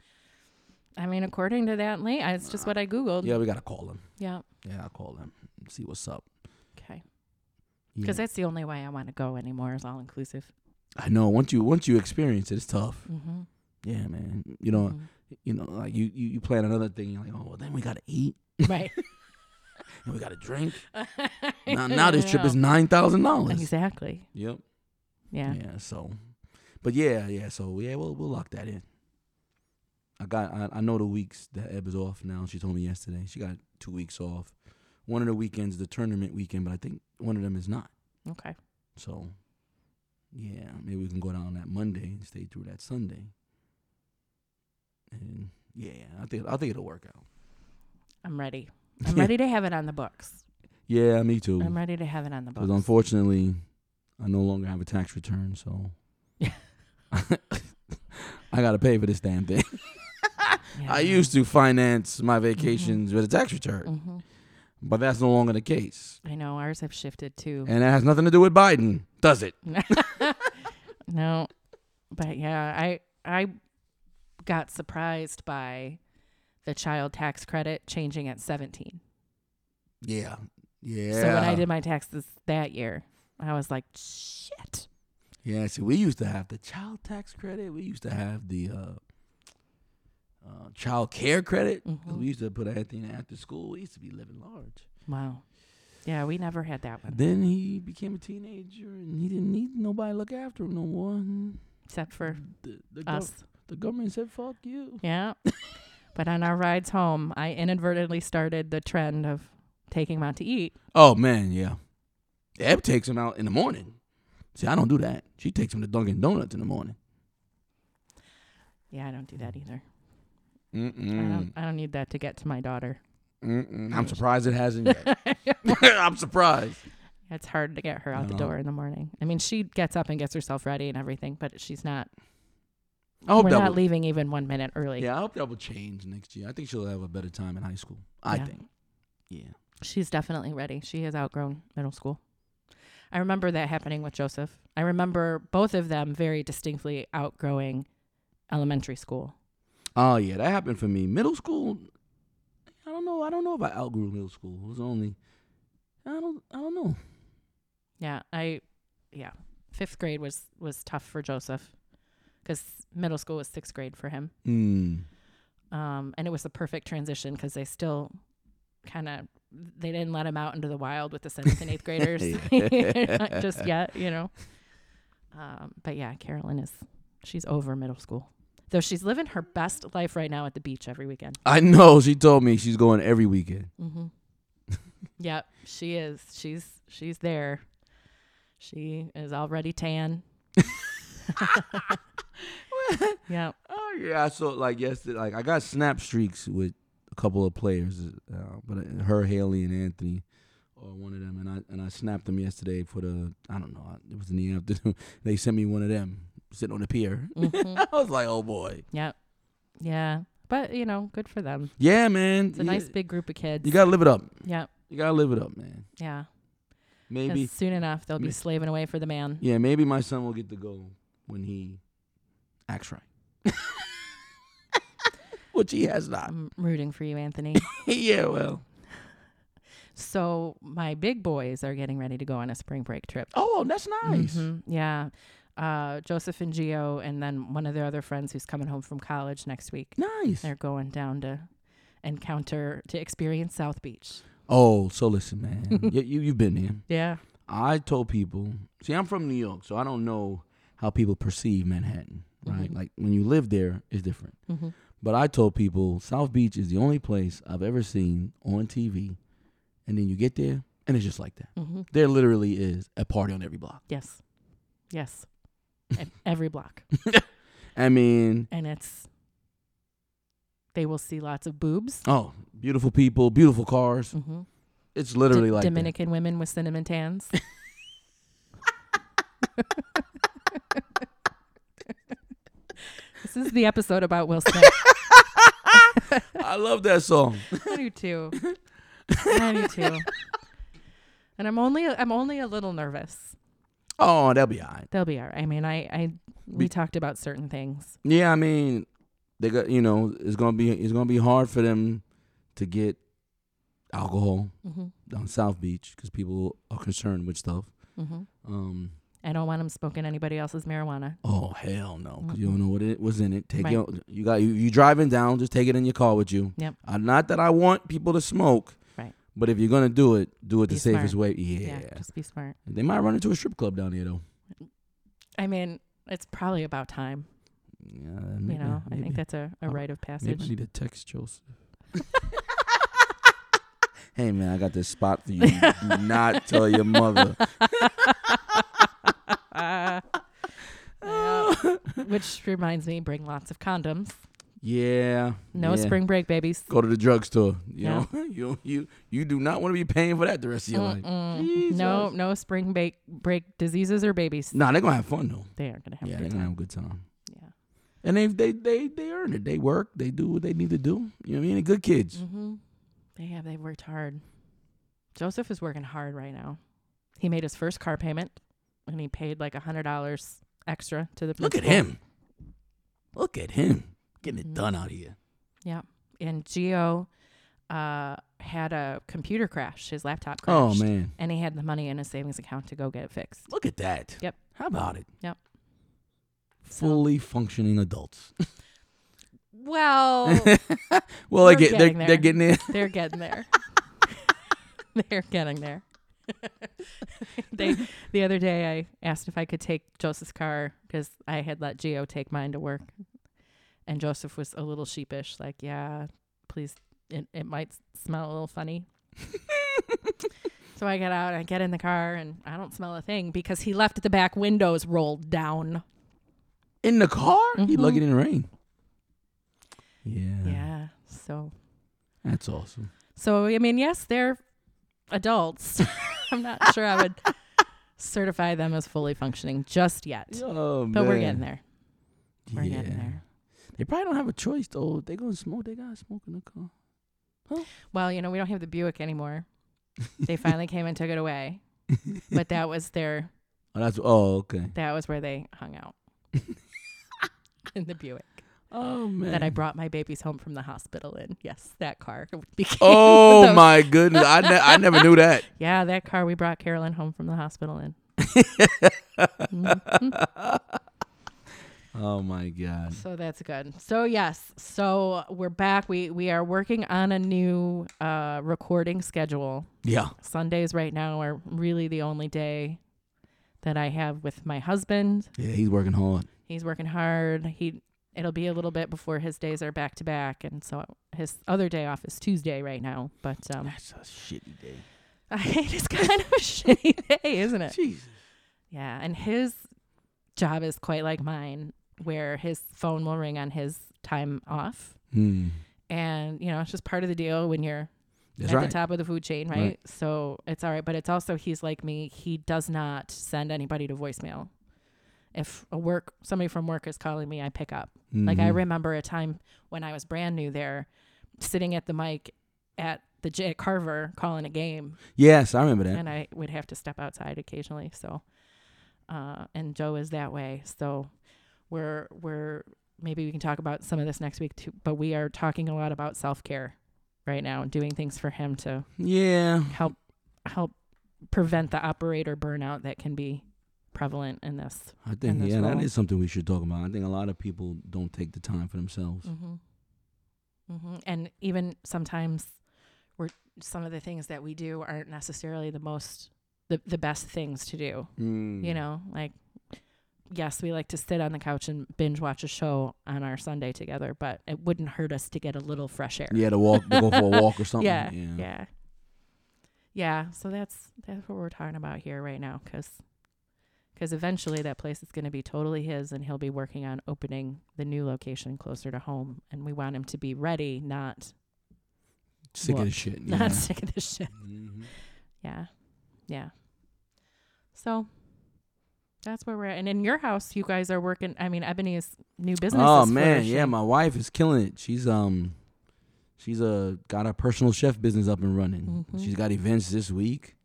Speaker 1: I mean, according to that link, it's just what I googled.
Speaker 2: Yeah, we gotta call them.
Speaker 1: Yeah.
Speaker 2: Yeah, I'll call them. and See what's up.
Speaker 1: Okay.
Speaker 2: You
Speaker 1: Because
Speaker 2: know,
Speaker 1: that's the only way I want to go anymore is all inclusive.
Speaker 2: I know once you once you experience it, it's tough.
Speaker 1: Mm-hmm.
Speaker 2: Yeah, man. You know,
Speaker 1: [laughs]
Speaker 2: you know, like you you, you plan another thing. You're like, oh, well, then we gotta eat
Speaker 1: Right.
Speaker 2: [laughs] and we gotta drink.
Speaker 1: [laughs]
Speaker 2: now, now this trip is nine thousand dollars.
Speaker 1: exactly.
Speaker 2: Yep.
Speaker 1: Yeah.
Speaker 2: Yeah. So, but yeah, yeah. So yeah, we'll we'll lock that in. I got I, I know the weeks that Eb is off now. She told me yesterday she got two weeks off. One of the weekends, the tournament weekend, but I think one of them is not.
Speaker 1: Okay.
Speaker 2: So, yeah, maybe we can go down that Monday and stay through that Sunday. And yeah, I think I think it'll work out.
Speaker 1: I'm
Speaker 2: [laughs]
Speaker 1: ready. I'm ready to have it on the books.
Speaker 2: Yeah, me too.
Speaker 1: I'm ready to have it on the books.
Speaker 2: Because unfortunately, I no longer have a tax return, so [laughs] I gotta pay for this damn thing.
Speaker 1: Yeah.
Speaker 2: I used to finance my vacations with a tax return,
Speaker 1: Mhm.
Speaker 2: but that's no longer the case,
Speaker 1: I know ours have shifted too.
Speaker 2: and that has nothing to do with Biden, does it?
Speaker 1: [laughs] no, but yeah, I I got surprised by the child tax credit changing at 17.
Speaker 2: Yeah, yeah.
Speaker 1: So when I did my taxes that year, I was like, shit.
Speaker 2: Yeah, see, we used to have the child tax credit. We used to have the uh, uh, child care credit. 'cause
Speaker 1: Mhm.
Speaker 2: We used to put everything after school. We used to be living large.
Speaker 1: Wow. Yeah, we never had that one,
Speaker 2: Then he became a teenager and he didn't need nobody to look after him no more. And
Speaker 1: except for
Speaker 2: The, the, gov-
Speaker 1: us.
Speaker 2: the government said, fuck you.
Speaker 1: Yeah. [laughs] but on our rides home, I inadvertently started the trend of taking them out to eat.
Speaker 2: Oh, man, yeah. Eb takes him out in the morning. See, I don't do that. She takes him to Dunkin' Donuts in the morning.
Speaker 1: Yeah, I don't do that either. I
Speaker 2: Mm-mm.
Speaker 1: don't I don't need that to get to my daughter.
Speaker 2: Mm-mm. I'm surprised it hasn't
Speaker 1: [laughs]
Speaker 2: yet. [laughs] I'm surprised.
Speaker 1: It's hard to get her out the
Speaker 2: No.
Speaker 1: door in the morning. I mean, she gets up and gets herself ready and everything, but she's not
Speaker 2: I hope
Speaker 1: we're
Speaker 2: that
Speaker 1: not
Speaker 2: will-
Speaker 1: leaving even 1 minute early.
Speaker 2: Oh, Yeah, I hope that will change next year. I think she'll have a better time in high school. I
Speaker 1: Yeah.
Speaker 2: think. Yeah.
Speaker 1: She's definitely ready. She has outgrown middle school. I remember that happening with Joseph. I remember both of them very distinctly outgrowing elementary school.
Speaker 2: Oh yeah, that happened for me. Middle school. I don't know. I don't know if I outgrew middle school. It was only. I don't. I don't know.
Speaker 1: Yeah, I, yeah, fifth grade was was tough for Joseph, because middle school was sixth grade for him,
Speaker 2: Hmm.
Speaker 1: um, and it was the perfect transition because they still kind of they didn't let him out into the wild with the seventh and eighth
Speaker 2: [laughs]
Speaker 1: graders [laughs] Not just yet, you know. Um, but yeah, Carolyn is she's over middle school, though she's living her best life right now at the beach every weekend.
Speaker 2: I know. She told me she's going every weekend. [laughs]
Speaker 1: Mm-hmm. [laughs] yep, she is. She's she's there. She is already tan. yeah.
Speaker 2: Oh yeah. I saw like yesterday. Like I got snap streaks with a couple of players, uh, but uh, her, Haley, and Anthony. Or one of them, and I and I snapped them yesterday for the I don't know it was in the afternoon. [laughs] They sent me one of them sitting on the pier. [laughs]
Speaker 1: hmm
Speaker 2: I was like, oh boy,
Speaker 1: yep. [laughs] Yeah. But you know, good for them.
Speaker 2: Yeah, man.
Speaker 1: It's a
Speaker 2: You-
Speaker 1: nice big group of kids.
Speaker 2: You gotta live it up.
Speaker 1: yep.
Speaker 2: You gotta live it up, man.
Speaker 1: Yeah. 'Cause
Speaker 2: Maybe,
Speaker 1: soon enough they'll be
Speaker 2: may-
Speaker 1: slaving away for the
Speaker 2: [laughs]
Speaker 1: man.
Speaker 2: yeah, maybe my son will get to go when he acts right, which he has not.
Speaker 1: I'm rooting for you, Anthony.
Speaker 2: [laughs] yeah, well.
Speaker 1: so my big boys are getting ready to go on a spring break trip.
Speaker 2: Oh, that's nice.
Speaker 1: Mhm, Yeah. Uh, Joseph and Gio, and then one of their other friends who's coming home from college next week.
Speaker 2: Nice.
Speaker 1: They're going down to encounter to experience South Beach.
Speaker 2: Oh, so listen, man. [laughs] you, you you've been here.
Speaker 1: Yeah.
Speaker 2: I told people. See, I'm from New York, so I don't know how people perceive Manhattan. Right,
Speaker 1: Mhm.
Speaker 2: like when you live there, it's different.
Speaker 1: Mm-hmm.
Speaker 2: But I told people South Beach is the only place I've ever seen on TV, and then you get there, and it's just like that.
Speaker 1: Mm-hmm.
Speaker 2: there literally is a party on every block.
Speaker 1: Yes.
Speaker 2: [laughs]
Speaker 1: Yes. Ev- Every block.
Speaker 2: I mean,
Speaker 1: And it's, they will see lots of boobs.
Speaker 2: oh, beautiful people, beautiful cars.
Speaker 1: Mm-hmm.
Speaker 2: It's literally like that.
Speaker 1: Dominican women with cinnamon tans. this is the episode about Will
Speaker 2: [laughs]
Speaker 1: Smith.
Speaker 2: [laughs]
Speaker 1: [laughs]
Speaker 2: I love that song.
Speaker 1: I do too. I do too. And I'm only I'm only a little nervous.
Speaker 2: Oh, that'll be all right.
Speaker 1: They'll be all right. I mean, I I we
Speaker 2: Be-
Speaker 1: talked about certain things.
Speaker 2: Yeah, I mean, they got you know, it's gonna be it's gonna be hard for them to get alcohol
Speaker 1: Mm-hmm.
Speaker 2: on South Beach because people are concerned with stuff.
Speaker 1: Mm-hmm.
Speaker 2: Um,
Speaker 1: I don't want them smoking anybody else's marijuana.
Speaker 2: oh hell no, 'cause you
Speaker 1: Mm-mm.
Speaker 2: don't know what it was in it. Take
Speaker 1: Right.
Speaker 2: your, you got you, you driving down, just take it in your car with you.
Speaker 1: Yep.
Speaker 2: Uh, not that I want people to smoke.
Speaker 1: Right.
Speaker 2: But if you're gonna do it, do it
Speaker 1: Be
Speaker 2: the safest way.
Speaker 1: Yeah.
Speaker 2: yeah.
Speaker 1: just be smart.
Speaker 2: They might run into a strip club down here though.
Speaker 1: I mean, it's probably about time.
Speaker 2: Yeah,
Speaker 1: You know, I think that's a, a
Speaker 2: I'll-
Speaker 1: rite of
Speaker 2: maybe I
Speaker 1: passage.
Speaker 2: [laughs] need to text Joseph. hey man, I got this spot for you. Do
Speaker 1: [laughs]
Speaker 2: not tell your mother.
Speaker 1: Uh, yeah. [laughs] Which reminds me, bring lots of condoms.
Speaker 2: Yeah.
Speaker 1: No
Speaker 2: yeah.
Speaker 1: spring break babies.
Speaker 2: Go to the drugstore. You
Speaker 1: Yeah.
Speaker 2: know, [laughs] you you you do not want to be paying for that the rest of your life.
Speaker 1: Mm-mm. No,
Speaker 2: Jesus.
Speaker 1: no spring break break diseases or babies.
Speaker 2: Nah, they're gonna have fun though.
Speaker 1: They are gonna have
Speaker 2: yeah,
Speaker 1: a
Speaker 2: they're
Speaker 1: good
Speaker 2: gonna have
Speaker 1: time.
Speaker 2: a good time.
Speaker 1: Yeah.
Speaker 2: And they they they they earn it. They work. They do what they need to do. You know what I mean? They're good kids.
Speaker 1: Mm-hmm. They have. They've worked hard. Joseph is working hard right now. He made his first car payment, and he paid like a hundred dollars extra to the.
Speaker 2: Look at
Speaker 1: principal.
Speaker 2: him. Look at him getting
Speaker 1: Mhm.
Speaker 2: it done out here.
Speaker 1: And Geo, uh, had a computer crash. His laptop
Speaker 2: Oh
Speaker 1: crashed.
Speaker 2: man,
Speaker 1: And he had the money in his savings account to go get it fixed.
Speaker 2: look at that.
Speaker 1: Yep.
Speaker 2: How about it?
Speaker 1: Yep.
Speaker 2: Fully functioning adults.
Speaker 1: Well,
Speaker 2: Well,
Speaker 1: We're
Speaker 2: they get they're,
Speaker 1: getting
Speaker 2: they're
Speaker 1: there.
Speaker 2: getting in.
Speaker 1: they're getting there. they're getting there. [laughs] they the other day I asked if I could take Joseph's car because I had let Geo take mine to work, and Joseph was a little sheepish, like, "Yeah, please, it it might s- smell a little funny." so I get out, I get in the car, and I don't smell a thing because he left the back windows rolled down.
Speaker 2: in the car. He
Speaker 1: Mhm.
Speaker 2: lugged it in the rain. Yeah.
Speaker 1: Yeah, so
Speaker 2: That's awesome.
Speaker 1: So I mean, yes, they're adults. [laughs] I'm not sure I would certify them as fully functioning just yet,
Speaker 2: Oh,
Speaker 1: but we're
Speaker 2: man.
Speaker 1: getting there. We're
Speaker 2: yeah.
Speaker 1: getting there.
Speaker 2: They probably don't have a choice though. If They gonna smoke. They gotta smoke in the car.
Speaker 1: Well, you know, we don't have the Buick
Speaker 2: [laughs]
Speaker 1: anymore. They finally came and took it away, but that was their
Speaker 2: Oh, that's oh okay.
Speaker 1: that was where they hung
Speaker 2: [laughs]
Speaker 1: out in the Buick
Speaker 2: Oh man.
Speaker 1: that I brought my babies home from the hospital in. Yes, that car [laughs] became.
Speaker 2: [laughs]
Speaker 1: [laughs]
Speaker 2: Oh
Speaker 1: those-
Speaker 2: my goodness! I ne- I never knew that.
Speaker 1: Yeah, that car we brought Carolyn home from the hospital in.
Speaker 2: [laughs] Oh my god.
Speaker 1: So that's good. So yes, so we're back. We we are working on a new uh recording schedule.
Speaker 2: Yeah.
Speaker 1: Sundays right now are really the only day that I have with my husband.
Speaker 2: Yeah, he's working hard.
Speaker 1: He's working hard. He it'll be a little bit before his days are back to back and so his other day off is Tuesday right now, but um
Speaker 2: That's a shitty day.
Speaker 1: [laughs] it is kind of a shitty day, isn't
Speaker 2: [laughs]
Speaker 1: it?
Speaker 2: Jesus.
Speaker 1: Yeah, and his job is quite like mine where his phone will ring on his time off.
Speaker 2: Hmm.
Speaker 1: and you know it's just part of the deal when you're
Speaker 2: That's
Speaker 1: at
Speaker 2: right.
Speaker 1: the top of the food chain right?
Speaker 2: Right.
Speaker 1: so it's all right but it's also he's like me he does not send anybody to voicemail if a work somebody from work is calling me i pick up like i
Speaker 2: Mhm.
Speaker 1: remember a time when i was brand new there sitting at the mic at the J- at carver calling a game
Speaker 2: Yes, I remember that.
Speaker 1: and i would have to step outside occasionally so uh, and joe is that way so we're we're maybe we can talk about some of this next week too but we are talking a lot about self-care right now and doing things for him to
Speaker 2: yeah.
Speaker 1: help help prevent the operator burnout that can be prevalent in this
Speaker 2: I think
Speaker 1: this
Speaker 2: yeah, that
Speaker 1: role.
Speaker 2: is something we should talk about. I think a lot of people don't take the time for themselves.
Speaker 1: mm-hmm. Mm-hmm. and even sometimes we're some of the things that we do aren't necessarily the most the, the best things to do Mm.
Speaker 2: Mm.
Speaker 1: you know like yes we like to sit on the couch and binge watch a show on our sunday together but it wouldn't hurt us to get a little fresh air
Speaker 2: Yeah, to walk, to go for a walk or something.
Speaker 1: yeah,
Speaker 2: yeah.
Speaker 1: yeah yeah so that's that's what we're talking about here right now because eventually that place is going to be totally his and he'll be working on opening the new location closer to home and we want him to be ready not
Speaker 2: Sick of
Speaker 1: Look,
Speaker 2: this shit.
Speaker 1: not
Speaker 2: Yeah.
Speaker 1: sick of [laughs] this shit
Speaker 2: Mhm.
Speaker 1: yeah yeah so that's where we're at and in your house you guys are working i mean ebony's new business
Speaker 2: Oh
Speaker 1: is
Speaker 2: man, yeah,
Speaker 1: flourishing.
Speaker 2: my wife is killing it. She's um, she's uh, got her personal chef business up and running.
Speaker 1: Mhm.
Speaker 2: She's got events this week.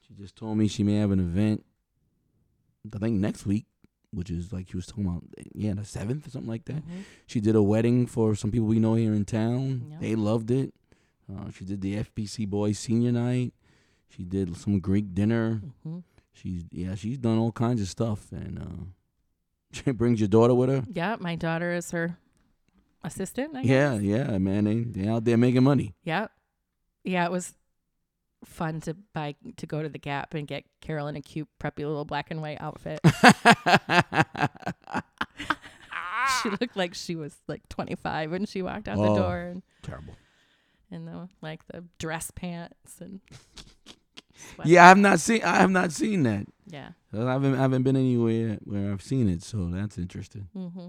Speaker 2: She just told me she may have an event. I think next week, which is like she was talking about, eh, yeah, the seventh or something like that.
Speaker 1: Mhm.
Speaker 2: She did a wedding for some people we know here in town.
Speaker 1: Yeah.
Speaker 2: They loved it. Uh, she did the FBC Boys Senior Night. She did some Greek dinner.
Speaker 1: Mhm.
Speaker 2: She's yeah, she's done all kinds of stuff, and uh, [laughs] she brings your daughter with her.
Speaker 1: yeah my daughter is her assistant I guess.
Speaker 2: Yeah, yeah, man, they they out there making money. [laughs]
Speaker 1: Yep. Yeah, it was fun to buy to go to the Gap and get Carolyn a cute, preppy little black and white outfit. [laughs] she looked like she was like 25 when she walked out
Speaker 2: Oh.
Speaker 1: the door, and
Speaker 2: Terrible.
Speaker 1: and the like the dress pants and sweat-
Speaker 2: Yeah, I have not seen. I have not seen that.
Speaker 1: yeah.
Speaker 2: I haven't. I haven't been anywhere where I've seen it, so that's interesting.
Speaker 1: hmm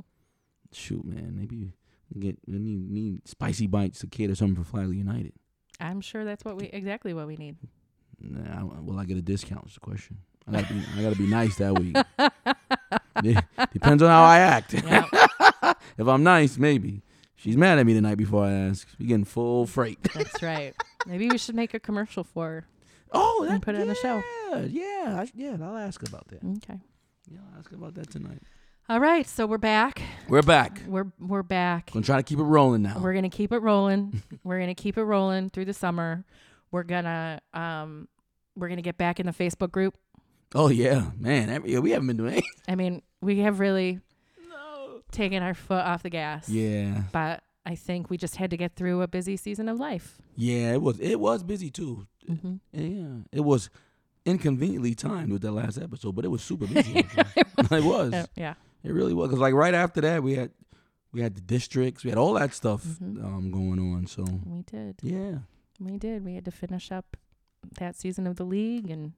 Speaker 2: Shoot, man, maybe we get we need, need spicy bites to cater something for Flywheel United.
Speaker 1: I'm sure that's what we exactly what we need.
Speaker 2: Nah, I, will I get a discount? Is the question. I gotta be. I gotta be nice
Speaker 1: [laughs]
Speaker 2: that week. De- depends on how I act.
Speaker 1: Yeah.
Speaker 2: [laughs] if I'm nice, maybe. She's mad at me the night before I ask. We getting full freight. [laughs]
Speaker 1: that's right. Maybe we should make a commercial for. her.
Speaker 2: Oh,
Speaker 1: And put it on the show.
Speaker 2: Yeah, yeah, I, yeah. I'll ask about that.
Speaker 1: Okay.
Speaker 2: Yeah, I'll ask about that tonight.
Speaker 1: All right, so we're back.
Speaker 2: We're back.
Speaker 1: We're we're back.
Speaker 2: Gonna try to keep it rolling now.
Speaker 1: We're gonna keep it rolling. we're gonna keep it rolling through the summer. We're gonna um we're gonna get back in the Facebook group.
Speaker 2: oh yeah, man. Every, yeah, we haven't been doing [laughs] anything.
Speaker 1: I mean, we have really taken our foot off the gas.
Speaker 2: Yeah,
Speaker 1: But I think we just had to get through a busy season of life.
Speaker 2: yeah. It was it was busy too.
Speaker 1: Mm-hmm.
Speaker 2: Yeah, it was inconveniently timed with that last episode, but it was
Speaker 1: [laughs]
Speaker 2: super busy. actually. [laughs] it was.
Speaker 1: Uh, yeah.
Speaker 2: It really was. Cause like right after that, we had we had the districts, we had all that stuff
Speaker 1: Mhm.
Speaker 2: um, going on. So
Speaker 1: We did.
Speaker 2: yeah,
Speaker 1: We did. We had to finish up that season of the league, and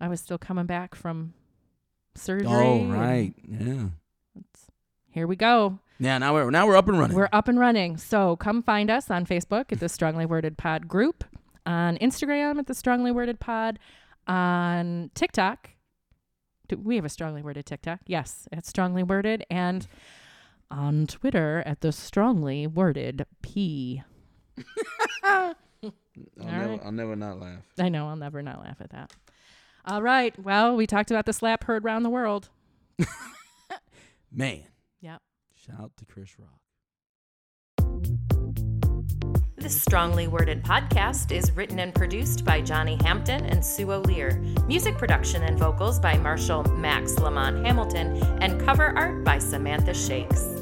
Speaker 1: I was still coming back from surgery.
Speaker 2: all
Speaker 1: and
Speaker 2: Oh, right, yeah.
Speaker 1: Here we go.
Speaker 2: Now now we're now we're up and running.
Speaker 1: We're up and running. So come find us on Facebook at the Strongly Worded Pod group, on Instagram at the Strongly Worded Pod, on TikTok. Do we have a Strongly Worded TikTok? Yes, at Strongly Worded, and on Twitter at the Strongly Worded P.
Speaker 2: I'll,
Speaker 1: all
Speaker 2: never,
Speaker 1: right.
Speaker 2: I'll never not laugh.
Speaker 1: I know, I'll never not laugh at that. All right. Well, we talked about the slap heard round the world.
Speaker 2: Man.
Speaker 1: Yep.
Speaker 2: Shout out to Chris Rock.
Speaker 3: This strongly worded podcast is written and produced by Johnny Hampton and Sue O'Lear. Music production and vocals by Marshall Max Lamont Hamilton, and cover art by Samantha Shakes.